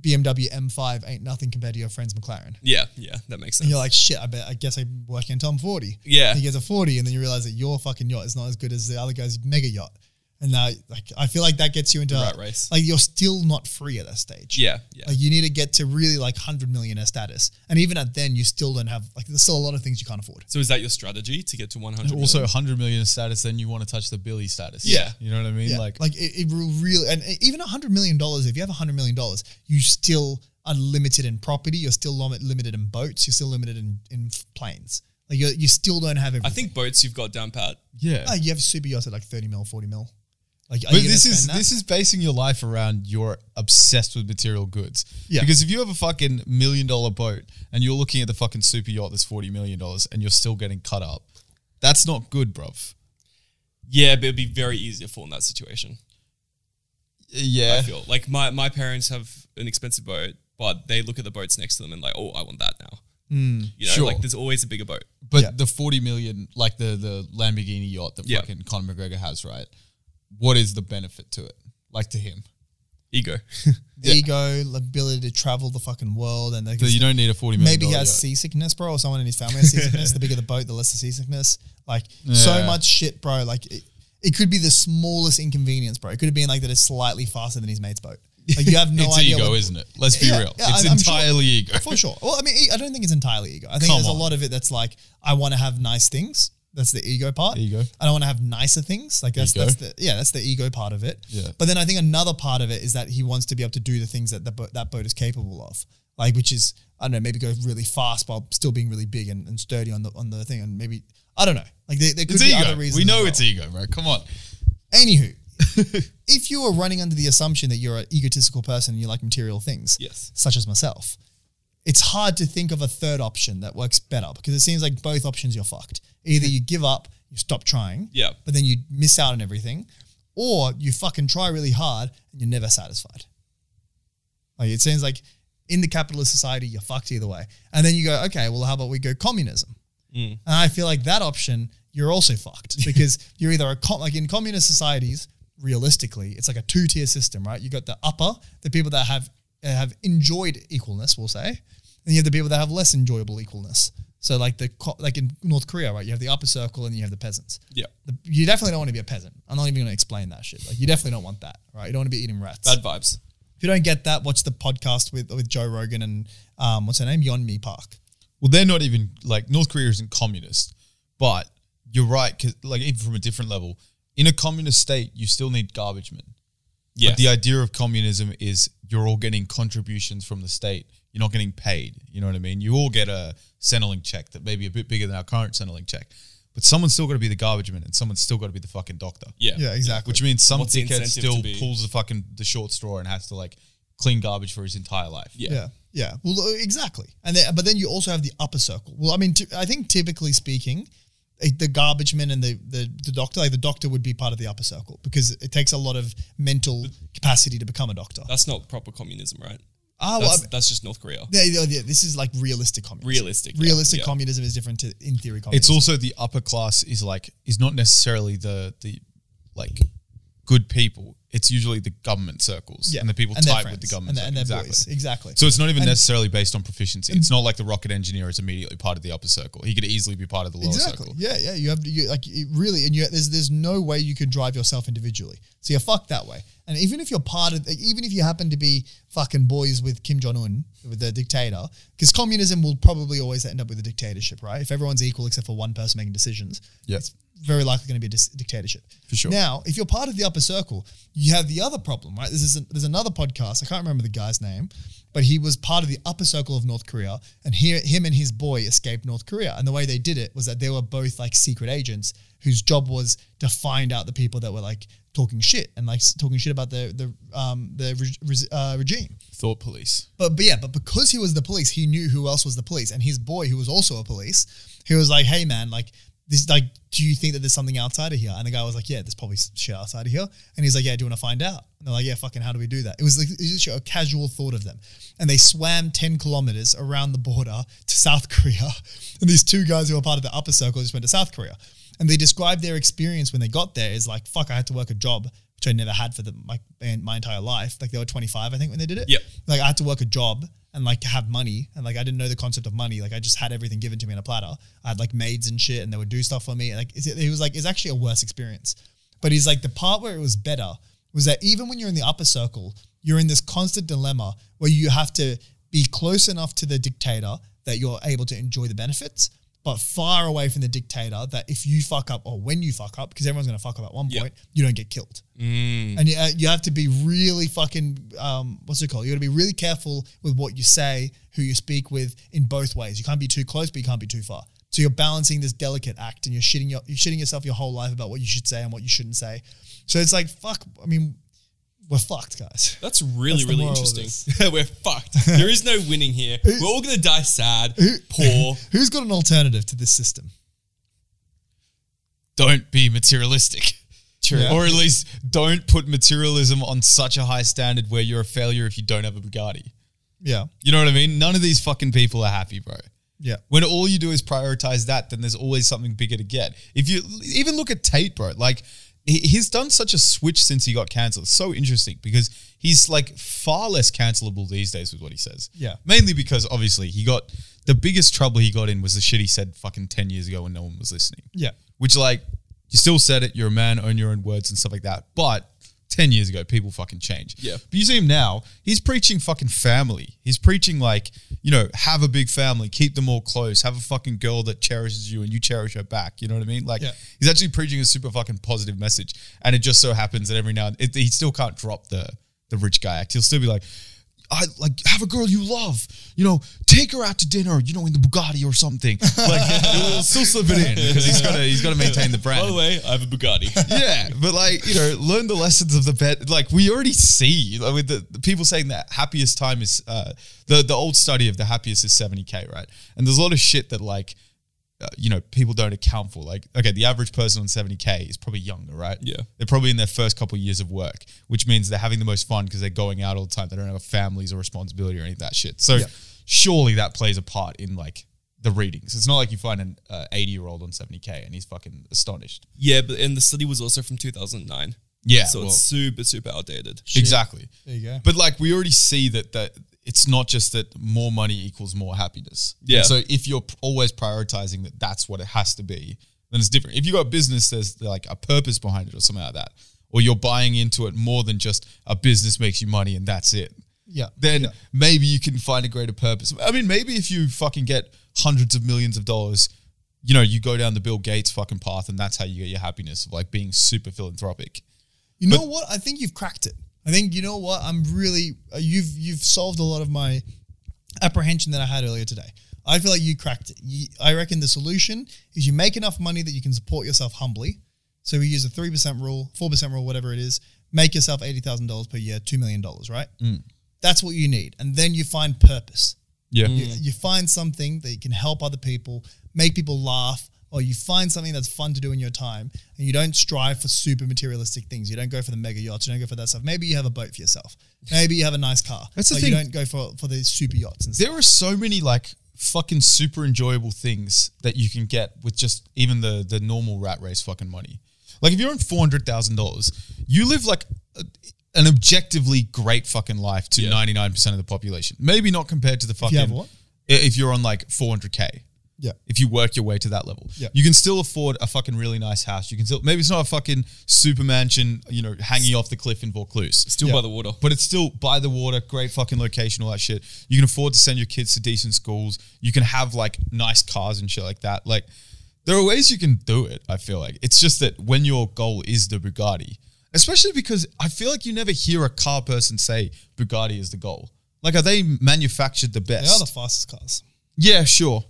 [SPEAKER 1] BMW M5 ain't nothing compared to your friend's McLaren.
[SPEAKER 2] Yeah. Yeah. That makes
[SPEAKER 1] And
[SPEAKER 2] sense.
[SPEAKER 1] you're like, shit, I bet I guess I'm working until I'm 40.
[SPEAKER 2] Yeah.
[SPEAKER 1] And he gets a 40, and then you realize that your fucking yacht is not as good as the other guy's mega yacht. And now like I feel like that gets you into a-
[SPEAKER 2] Rat race.
[SPEAKER 1] Like you're still not free at that stage.
[SPEAKER 2] Yeah. Yeah.
[SPEAKER 1] Like you need to get to really like hundred millionaire status. And even at then you still don't have like there's still a lot of things you can't afford.
[SPEAKER 2] So is that your strategy to get to 100?
[SPEAKER 3] And also 100 million status, then you want to touch the Billy status.
[SPEAKER 2] Yeah.
[SPEAKER 3] You know what I mean?
[SPEAKER 1] Yeah,
[SPEAKER 3] Like,
[SPEAKER 1] like, it, it will really, and e- even a hundred million dollars. If you have a hundred million dollars, you still are limited in property. You're still lim- limited in boats. You're still limited in, in f- planes. Like you, you still don't have everything.
[SPEAKER 2] I think boats you've got down pat.
[SPEAKER 3] yeah.
[SPEAKER 1] Oh, you have super yachts at like thirty mil, forty mil. Like,
[SPEAKER 3] But this is this is basing your life around you're obsessed with material goods.
[SPEAKER 1] Yeah.
[SPEAKER 3] Because if you have a fucking million dollar boat and you're looking at the fucking super yacht that's forty million dollars and you're still getting cut up, that's not good, bruv.
[SPEAKER 2] Yeah, but it'd be very easy to fall in that situation.
[SPEAKER 3] Yeah.
[SPEAKER 2] I feel like my, my parents have an expensive boat, but they look at the boats next to them and like, oh, I want that now.
[SPEAKER 1] Hmm,
[SPEAKER 2] you know,
[SPEAKER 3] sure.
[SPEAKER 2] like there's always a bigger boat.
[SPEAKER 3] But
[SPEAKER 1] Yeah.
[SPEAKER 3] the forty million, like the the Lamborghini yacht that
[SPEAKER 2] Yeah.
[SPEAKER 3] fucking Conor McGregor has, right? What is the benefit to it? Like to him,
[SPEAKER 2] Ego.
[SPEAKER 1] ego, the ability to travel the fucking world, and they
[SPEAKER 3] so
[SPEAKER 1] can
[SPEAKER 3] you don't need a forty million.
[SPEAKER 1] maybe he
[SPEAKER 3] dollar
[SPEAKER 1] has
[SPEAKER 3] yacht.
[SPEAKER 1] seasickness, bro, or someone in his family has seasickness. the bigger the boat, the less the seasickness. Like so
[SPEAKER 3] Yeah.
[SPEAKER 1] much shit, bro. Like it, it could be the smallest inconvenience, bro. It could have been like that it's slightly faster than his mate's boat. Like you have no
[SPEAKER 3] it's
[SPEAKER 1] idea.
[SPEAKER 3] ego,
[SPEAKER 1] what-
[SPEAKER 3] isn't it? Let's be
[SPEAKER 1] Yeah,
[SPEAKER 3] real.
[SPEAKER 1] yeah,
[SPEAKER 3] it's
[SPEAKER 1] I'm- I'm sure-
[SPEAKER 3] entirely ego.
[SPEAKER 1] For sure. Well, I mean, e- I don't think it's entirely ego. I think
[SPEAKER 3] Come
[SPEAKER 1] there's
[SPEAKER 3] on.
[SPEAKER 1] a lot of it that's like I want to have nice things. That's the ego part.
[SPEAKER 3] Ego.
[SPEAKER 1] I don't want to have nicer things. Like that's
[SPEAKER 3] Ego.
[SPEAKER 1] that's the yeah, that's the ego part of it.
[SPEAKER 3] Yeah.
[SPEAKER 1] But then I think another part of it is that he wants to be able to do the things that the bo- that boat is capable of. Like which is I don't know, maybe go really fast while still being really big and, and sturdy on the on the thing, and maybe I don't know. Like there, there could
[SPEAKER 3] It's
[SPEAKER 1] be
[SPEAKER 3] ego.
[SPEAKER 1] other reasons.
[SPEAKER 3] We
[SPEAKER 1] as
[SPEAKER 3] know
[SPEAKER 1] well.
[SPEAKER 3] it's ego, bro. Come on.
[SPEAKER 1] Anywho, if you are running under the assumption that you're an egotistical person and you like material things,
[SPEAKER 2] Yes.
[SPEAKER 1] such as myself, it's hard to think of a third option that works better because it seems like both options you're fucked. Either you give up, you stop trying,
[SPEAKER 2] Yeah.
[SPEAKER 1] but then you miss out on everything, or you fucking try really hard and you're never satisfied. Like it seems like in the capitalist society, you're fucked either way. And then you go, okay, well, how about we go communism? And I feel like that option, you're also fucked because you're either a com- like in communist societies, realistically, it's like a two tier system, right? You got the upper, the people that have uh, have enjoyed equalness, we'll say, and you have the people that have less enjoyable equalness. So like the co- like in North Korea, right? You have the upper circle and you have the peasants.
[SPEAKER 2] Yeah.
[SPEAKER 1] The, you definitely don't want to be a peasant. I'm not even going to explain that shit. Like you definitely don't want that, right? You don't want to be eating rats.
[SPEAKER 2] Bad vibes.
[SPEAKER 1] If you don't get that, watch the podcast with with Joe Rogan and um, what's her name, Yeonmi Park.
[SPEAKER 3] Well, they're not even like North Korea isn't communist, but you're right. Cause like even from a different level, in a communist state, you still need garbage men.
[SPEAKER 2] Yeah.
[SPEAKER 3] But the idea of communism is you're all getting contributions from the state. You're not getting paid. You know what I mean? You all get a Centrelink check that may be a bit bigger than our current Centrelink check, but someone's still got to be the garbage man and someone's still got to be the fucking doctor.
[SPEAKER 2] yeah.
[SPEAKER 1] Yeah, exactly.
[SPEAKER 3] Which means some
[SPEAKER 2] What's the
[SPEAKER 3] dickhead
[SPEAKER 2] incentive
[SPEAKER 3] still
[SPEAKER 2] to be-
[SPEAKER 3] pulls the fucking the short straw and has to like clean garbage for his entire life.
[SPEAKER 2] Yeah.
[SPEAKER 1] Yeah. Yeah. Well, uh, exactly. And then, but then you also have the upper circle. Well, I mean, t- I think typically speaking, eh, the garbage man and the, the, the doctor, like the doctor would be part of the upper circle because it takes a lot of mental capacity to become a doctor.
[SPEAKER 2] That's not proper communism, right?
[SPEAKER 1] Ah, well,
[SPEAKER 2] That's,
[SPEAKER 1] I-
[SPEAKER 2] that's just North Korea.
[SPEAKER 1] yeah, yeah, yeah, this is like realistic communism.
[SPEAKER 2] Realistic, yeah,
[SPEAKER 1] Realistic
[SPEAKER 2] yeah.
[SPEAKER 1] communism is different to in theory communism.
[SPEAKER 3] It's also the upper class is like is not necessarily the the like good people. It's usually the government circles and the people
[SPEAKER 1] they're
[SPEAKER 3] tied with the
[SPEAKER 1] friends.
[SPEAKER 3] government.
[SPEAKER 1] And, their- and
[SPEAKER 3] circle.
[SPEAKER 1] their boys. Mm. Exactly.
[SPEAKER 3] So it's not even necessarily based on proficiency. It's not like the rocket engineer is immediately part of the upper circle. He could easily be part of the lower
[SPEAKER 1] Exactly.
[SPEAKER 3] circle.
[SPEAKER 1] Yeah, yeah. You have to, you, like it really, and you there's there's no way you could drive yourself individually. So you're fucked that way. And even if you're part of, even if you happen to be fucking boys with Kim Jong Un, with the dictator, because communism will probably always end up with a dictatorship, right? If everyone's equal except for one person making decisions,
[SPEAKER 3] Yeah.
[SPEAKER 1] it's very likely going to be a dis- dictatorship
[SPEAKER 3] For sure.
[SPEAKER 1] Now, if you're part of the upper circle, you have the other problem, right? This is there's another podcast. I can't remember the guy's name, but he was part of the upper circle of North Korea, and he, him and his boy escaped North Korea. And the way they did it was that they were both like secret agents whose job was to find out the people that were like talking shit and like s- talking shit about the the um the re- res- uh, regime.
[SPEAKER 3] Thought police.
[SPEAKER 1] But, but yeah, but because he was the police, he knew who else was the police, and his boy, who was also a police, he was like, "Hey man, like this, like, do you think that there's something outside of here?" And the guy was like, "Yeah, there's probably some shit outside of here." And he's like, "Yeah, do you want to find out?" And they're like, "Yeah, fucking, how do we do that?" It was like it was just a casual thought of them, and they swam ten kilometers around the border to South Korea, and these two guys who were part of the upper circle just went to South Korea, and they described their experience when they got there is like, "Fuck, I had to work a job." Which I never had for the, my, my entire life. Like they were 25, I think, when they did it
[SPEAKER 2] Yep.
[SPEAKER 1] like I had to work a job and like have money and like I didn't know the concept of money. Like I just had everything given to me on a platter. I had like maids and shit and they would do stuff for me. And like it's- it was like it's actually a worse experience. But he's like the part where it was better was that even when you're in the upper circle, you're in this constant dilemma where you have to be close enough to the dictator that you're able to enjoy the benefits, but far away from the dictator that if you fuck up or when you fuck up, because everyone's gonna fuck up at one
[SPEAKER 2] Yep.
[SPEAKER 1] point, you don't get killed and you, uh, you have to be really fucking um, what's it called? You got to be really careful with what you say, who you speak with, in both ways. You can't be too close, but you can't be too far. So you're balancing this delicate act, and you're shitting your, you're shitting yourself your whole life about what you should say and what you shouldn't say. So it's like fuck. I mean, we're fucked, guys.
[SPEAKER 2] That's really,
[SPEAKER 1] That's the
[SPEAKER 2] really
[SPEAKER 1] moral of
[SPEAKER 2] interesting. We're fucked. There is no winning here. We're all going to die sad, poor.
[SPEAKER 1] Who's got an alternative to this system?
[SPEAKER 3] Don't be materialistic.
[SPEAKER 2] True. Yeah.
[SPEAKER 3] Or at least don't put materialism on such a high standard where you're a failure if you don't have a Bugatti.
[SPEAKER 1] Yeah,
[SPEAKER 3] You know what I mean? None of these fucking people are happy, bro.
[SPEAKER 1] yeah,
[SPEAKER 3] When all you do is prioritize that, then there's always something bigger to get. If you even look at Tate, bro, like he- he's done such a switch since he got cancelled. It's so interesting because he's like far less cancelable these days with what he says.
[SPEAKER 1] Yeah.
[SPEAKER 3] Mainly because obviously he got the biggest trouble he got in was the shit he said fucking 10 years ago when no one was listening.
[SPEAKER 1] yeah,
[SPEAKER 3] Which like you still said it, you're a man, own your own words and stuff like that. But 10 years ago, people fucking change.
[SPEAKER 2] Yeah.
[SPEAKER 3] But you see him now, he's preaching fucking family. He's preaching like, you know, have a big family, keep them all close, have a fucking girl that cherishes you and you cherish her back. You know what I mean? Like
[SPEAKER 1] Yeah.
[SPEAKER 3] he's actually preaching a super fucking positive message. And it just so happens that every now and it, he still can't drop the the rich guy act. He'll still be like, I like have a girl you love, you know, take her out to dinner, you know, in the Bugatti or something. Like he'll still slip it in because he's gotta he's gotta maintain the brand
[SPEAKER 2] By the way, I have a Bugatti.
[SPEAKER 3] yeah, but like you know, learn the lessons of the bed. Like we already see, like with the, the people saying that happiest time is uh, the the old study of the happiest is seventy k, right? And there's a lot of shit that like uh, you know people don't account for. Like okay, the average person on seventy k is probably younger, right?
[SPEAKER 2] Yeah.
[SPEAKER 3] they're probably in their first couple years of work, which means they're having the most fun because they're going out all the time. They don't have families or responsibility or any of that shit. So surely that plays a part in like. The readings. It's not like you find an uh, eighty-year-old on seventy k and he's fucking astonished.
[SPEAKER 2] yeah, but and the study was also from 2009.
[SPEAKER 3] Yeah,
[SPEAKER 2] So
[SPEAKER 3] well-
[SPEAKER 2] it's super, super outdated.
[SPEAKER 3] Exactly.
[SPEAKER 1] There you go.
[SPEAKER 3] But like we already see that that it's not just that more money equals more happiness.
[SPEAKER 2] Yeah.
[SPEAKER 3] And so if you're p- always prioritizing that that's what it has to be, then it's different. If you got a business, there's like a purpose behind it or something like that. or you're buying into it more than just a business makes you money and that's it.
[SPEAKER 1] Yeah.
[SPEAKER 3] Then maybe you can find a greater purpose. I mean, maybe if you fucking get hundreds of millions of dollars, you know, you go down the Bill Gates fucking path and that's how you get your happiness of like being super philanthropic.
[SPEAKER 1] You know what? I think you've cracked it. I think you know what? I'm really uh, you've you've solved a lot of my apprehension that I had earlier today. I feel like you cracked it. You, I reckon the solution is you make enough money that you can support yourself humbly. So we use a three percent rule, four percent rule, whatever it is. Make yourself eighty thousand dollars per year, two million dollars, right? That's what you need, and then you find purpose.
[SPEAKER 3] Yeah.
[SPEAKER 1] You, you find something that you can help other people, make people laugh, or you find something that's fun to do in your time, and you don't strive for super materialistic things. You don't go for the mega yachts. You don't go for that stuff. Maybe you have a boat for yourself. Maybe you have a nice car.
[SPEAKER 3] That's the
[SPEAKER 1] But
[SPEAKER 3] thing.
[SPEAKER 1] You don't go for for these super yachts and stuff.
[SPEAKER 3] There are so many like fucking super enjoyable things that you can get with just even the the normal rat race fucking money. Like if you're on four hundred thousand dollars, you live like a, an objectively great fucking life to ninety nine percent of the population. Maybe not compared to the fucking
[SPEAKER 1] have what?
[SPEAKER 3] i- if you're on like four hundred k.
[SPEAKER 1] Yeah.
[SPEAKER 3] If you work your way to that level,
[SPEAKER 1] Yeah.
[SPEAKER 3] you can still afford a fucking really nice house. You can still maybe it's not a fucking super mansion, you know, hanging off the cliff in Vaucluse
[SPEAKER 2] Still by the water.
[SPEAKER 3] but it's still by the water, great fucking location, all that shit. You can afford to send your kids to decent schools. You can have like nice cars and shit like that. Like there are ways you can do it. I feel like it's just that when your goal is the Bugatti, especially because I feel like you never hear a car person say Bugatti is the goal. Like, are they manufactured the
[SPEAKER 1] They are
[SPEAKER 3] best?
[SPEAKER 1] the fastest cars.
[SPEAKER 3] yeah, sure.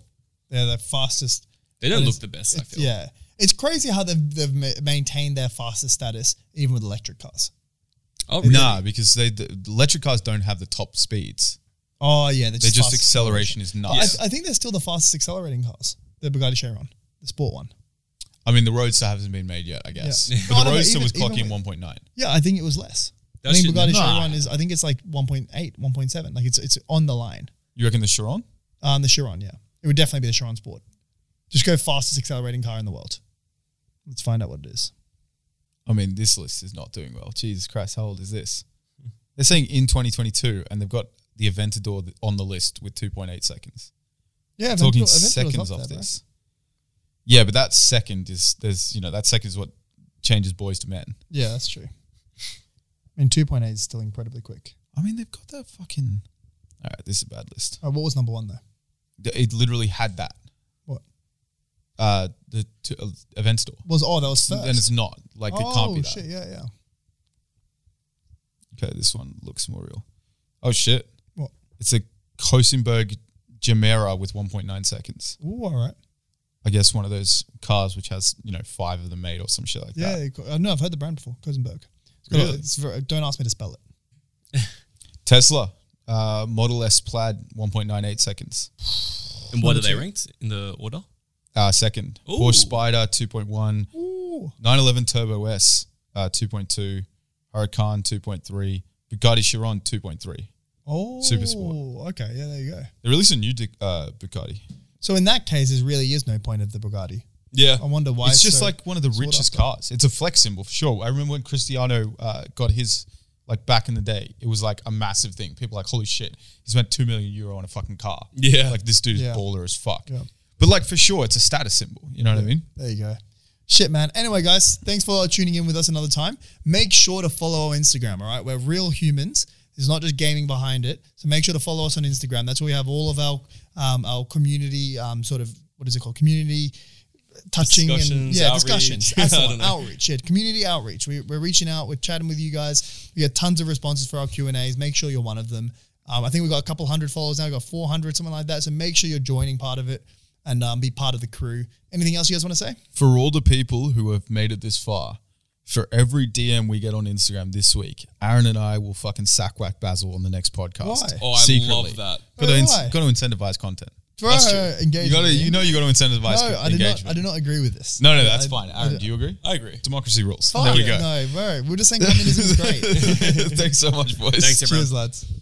[SPEAKER 1] They're the fastest.
[SPEAKER 2] They don't look the best, I feel.
[SPEAKER 1] Yeah, it's crazy how they've they've ma- maintained their fastest status even with electric cars.
[SPEAKER 2] Oh, really?
[SPEAKER 3] Nah, because they the electric cars don't have the top speeds.
[SPEAKER 1] Oh yeah,
[SPEAKER 3] They're just,
[SPEAKER 1] fast.
[SPEAKER 3] acceleration is nuts.
[SPEAKER 2] Yeah.
[SPEAKER 1] I, I think they're still the fastest accelerating cars. The Bugatti Chiron, the sport one.
[SPEAKER 3] I mean, the Roadster hasn't been made yet, I guess.
[SPEAKER 1] Yeah.
[SPEAKER 3] But
[SPEAKER 1] Oh,
[SPEAKER 3] the
[SPEAKER 1] no, but
[SPEAKER 3] Roadster
[SPEAKER 1] even-
[SPEAKER 3] was
[SPEAKER 1] even
[SPEAKER 3] clocking
[SPEAKER 1] with-
[SPEAKER 3] 1.9.
[SPEAKER 1] Yeah, I think it was less.
[SPEAKER 2] That
[SPEAKER 1] I think
[SPEAKER 2] shit-
[SPEAKER 1] Bugatti
[SPEAKER 2] nah.
[SPEAKER 1] Chiron is. I think it's like 1.8, 1.7. Like it's it's on the line.
[SPEAKER 3] You reckon the Chiron?
[SPEAKER 1] Um, the Chiron, yeah, it would definitely be the Chiron Sport. Just go fastest accelerating car in the world. Let's find out what it is.
[SPEAKER 3] I mean, this list is not doing well. Jesus Christ, how old is this? They're saying in 2022, and they've got the Aventador th- on the list with 2.8 seconds.
[SPEAKER 1] Yeah,
[SPEAKER 3] Talking seconds off this. Yeah, but that second is there's you know that second is what changes boys to men.
[SPEAKER 1] Yeah, that's true. And 2.8 is still incredibly quick.
[SPEAKER 3] I mean, they've got that fucking. All right, this is a bad list.
[SPEAKER 1] Oh, what was number one though?
[SPEAKER 3] Th- It literally had that.
[SPEAKER 1] What
[SPEAKER 3] Uh, the t- uh, Aventador,
[SPEAKER 1] was? Oh, that was first.
[SPEAKER 3] and it's not like
[SPEAKER 1] oh
[SPEAKER 3] it can't be that.
[SPEAKER 1] shit! Yeah, yeah.
[SPEAKER 3] Okay, this one looks more real. Oh shit!
[SPEAKER 1] What?
[SPEAKER 3] It's a Kosenberg Gemera with 1.9 seconds.
[SPEAKER 1] Ooh, all right.
[SPEAKER 3] I guess one of those cars which has you know five of them made or some shit like
[SPEAKER 1] Yeah,
[SPEAKER 3] that.
[SPEAKER 1] you co- uh, no, I've heard the brand before. Kosenberg. It's got a-
[SPEAKER 3] Really?
[SPEAKER 1] it's ver- don't ask me to spell it.
[SPEAKER 3] Tesla uh, Model S Plaid 1.98 seconds.
[SPEAKER 2] And what are they ranked in the order?
[SPEAKER 3] Uh, second
[SPEAKER 2] Ooh.
[SPEAKER 3] Porsche Spider 2.1,
[SPEAKER 1] Ooh.
[SPEAKER 3] 911 Turbo S uh, 2.2, Huracan 2.3, Bugatti Chiron 2.3.
[SPEAKER 1] Oh,
[SPEAKER 3] Super sport.
[SPEAKER 1] Okay, yeah, there you go.
[SPEAKER 3] They released a new di- uh, Bugatti.
[SPEAKER 1] So in that case, there really is no point of the Bugatti.
[SPEAKER 3] Yeah,
[SPEAKER 2] Oh,
[SPEAKER 1] I wonder why
[SPEAKER 3] It's just
[SPEAKER 1] so-
[SPEAKER 3] like one of the
[SPEAKER 1] sought
[SPEAKER 3] richest
[SPEAKER 1] after.
[SPEAKER 3] cars. It's a flex symbol for sure. I remember when Cristiano uh, got his like back in the day. It was like a massive thing. People were like, holy shit, he spent two million euro on a fucking car.
[SPEAKER 2] Yeah.
[SPEAKER 3] like this dude's
[SPEAKER 1] Yeah.
[SPEAKER 3] baller as fuck.
[SPEAKER 1] Yeah.
[SPEAKER 3] But like for sure, it's a status symbol. You know what I mean?
[SPEAKER 1] There you go. Shit, man. Anyway, guys, thanks for tuning in with us another time. Make sure to follow our Instagram, all right? We're real humans. There's not just gaming behind it. So make sure to follow us on Instagram. That's where we have all of our um, our community um, sort of, what is it called? Community touching and
[SPEAKER 2] Discussions,
[SPEAKER 1] yeah,
[SPEAKER 2] outreach.
[SPEAKER 1] discussions.
[SPEAKER 2] I
[SPEAKER 1] That's the
[SPEAKER 2] don't
[SPEAKER 1] one,
[SPEAKER 2] know.
[SPEAKER 1] outreach. Yeah, community outreach. We, we're reaching out. We're chatting with you guys. We get tons of responses for our Q and A's. Make sure you're one of them. Um, I think we've got a couple hundred followers now. We've got 400, something like that. So make sure you're joining part of it and um, be part of the crew. Anything else you guys want to say?
[SPEAKER 3] For all the people who have made it this far, for every DM we get on Instagram this week, Aaron and I will fucking sackwack Basil on the next podcast.
[SPEAKER 1] Why?
[SPEAKER 2] Oh, I love that.
[SPEAKER 3] Got to,
[SPEAKER 1] Why?
[SPEAKER 3] got to incentivize content.
[SPEAKER 1] Bro,
[SPEAKER 3] That's true.
[SPEAKER 1] engagement.
[SPEAKER 3] You got to, you know, you got to incentivize
[SPEAKER 1] No, I do
[SPEAKER 3] engagement.
[SPEAKER 1] not. I do not agree with this.
[SPEAKER 3] No, no, that's
[SPEAKER 1] I-
[SPEAKER 3] fine.
[SPEAKER 1] I
[SPEAKER 3] Aaron,
[SPEAKER 1] don't-
[SPEAKER 3] do you agree?
[SPEAKER 2] I agree.
[SPEAKER 3] Democracy rules.
[SPEAKER 1] Fuck
[SPEAKER 3] there we
[SPEAKER 1] it.
[SPEAKER 3] go.
[SPEAKER 1] No, bro, we're just saying communism is great.
[SPEAKER 3] Thanks so much, boys.
[SPEAKER 2] Thanks, everyone.
[SPEAKER 1] Cheers, lads.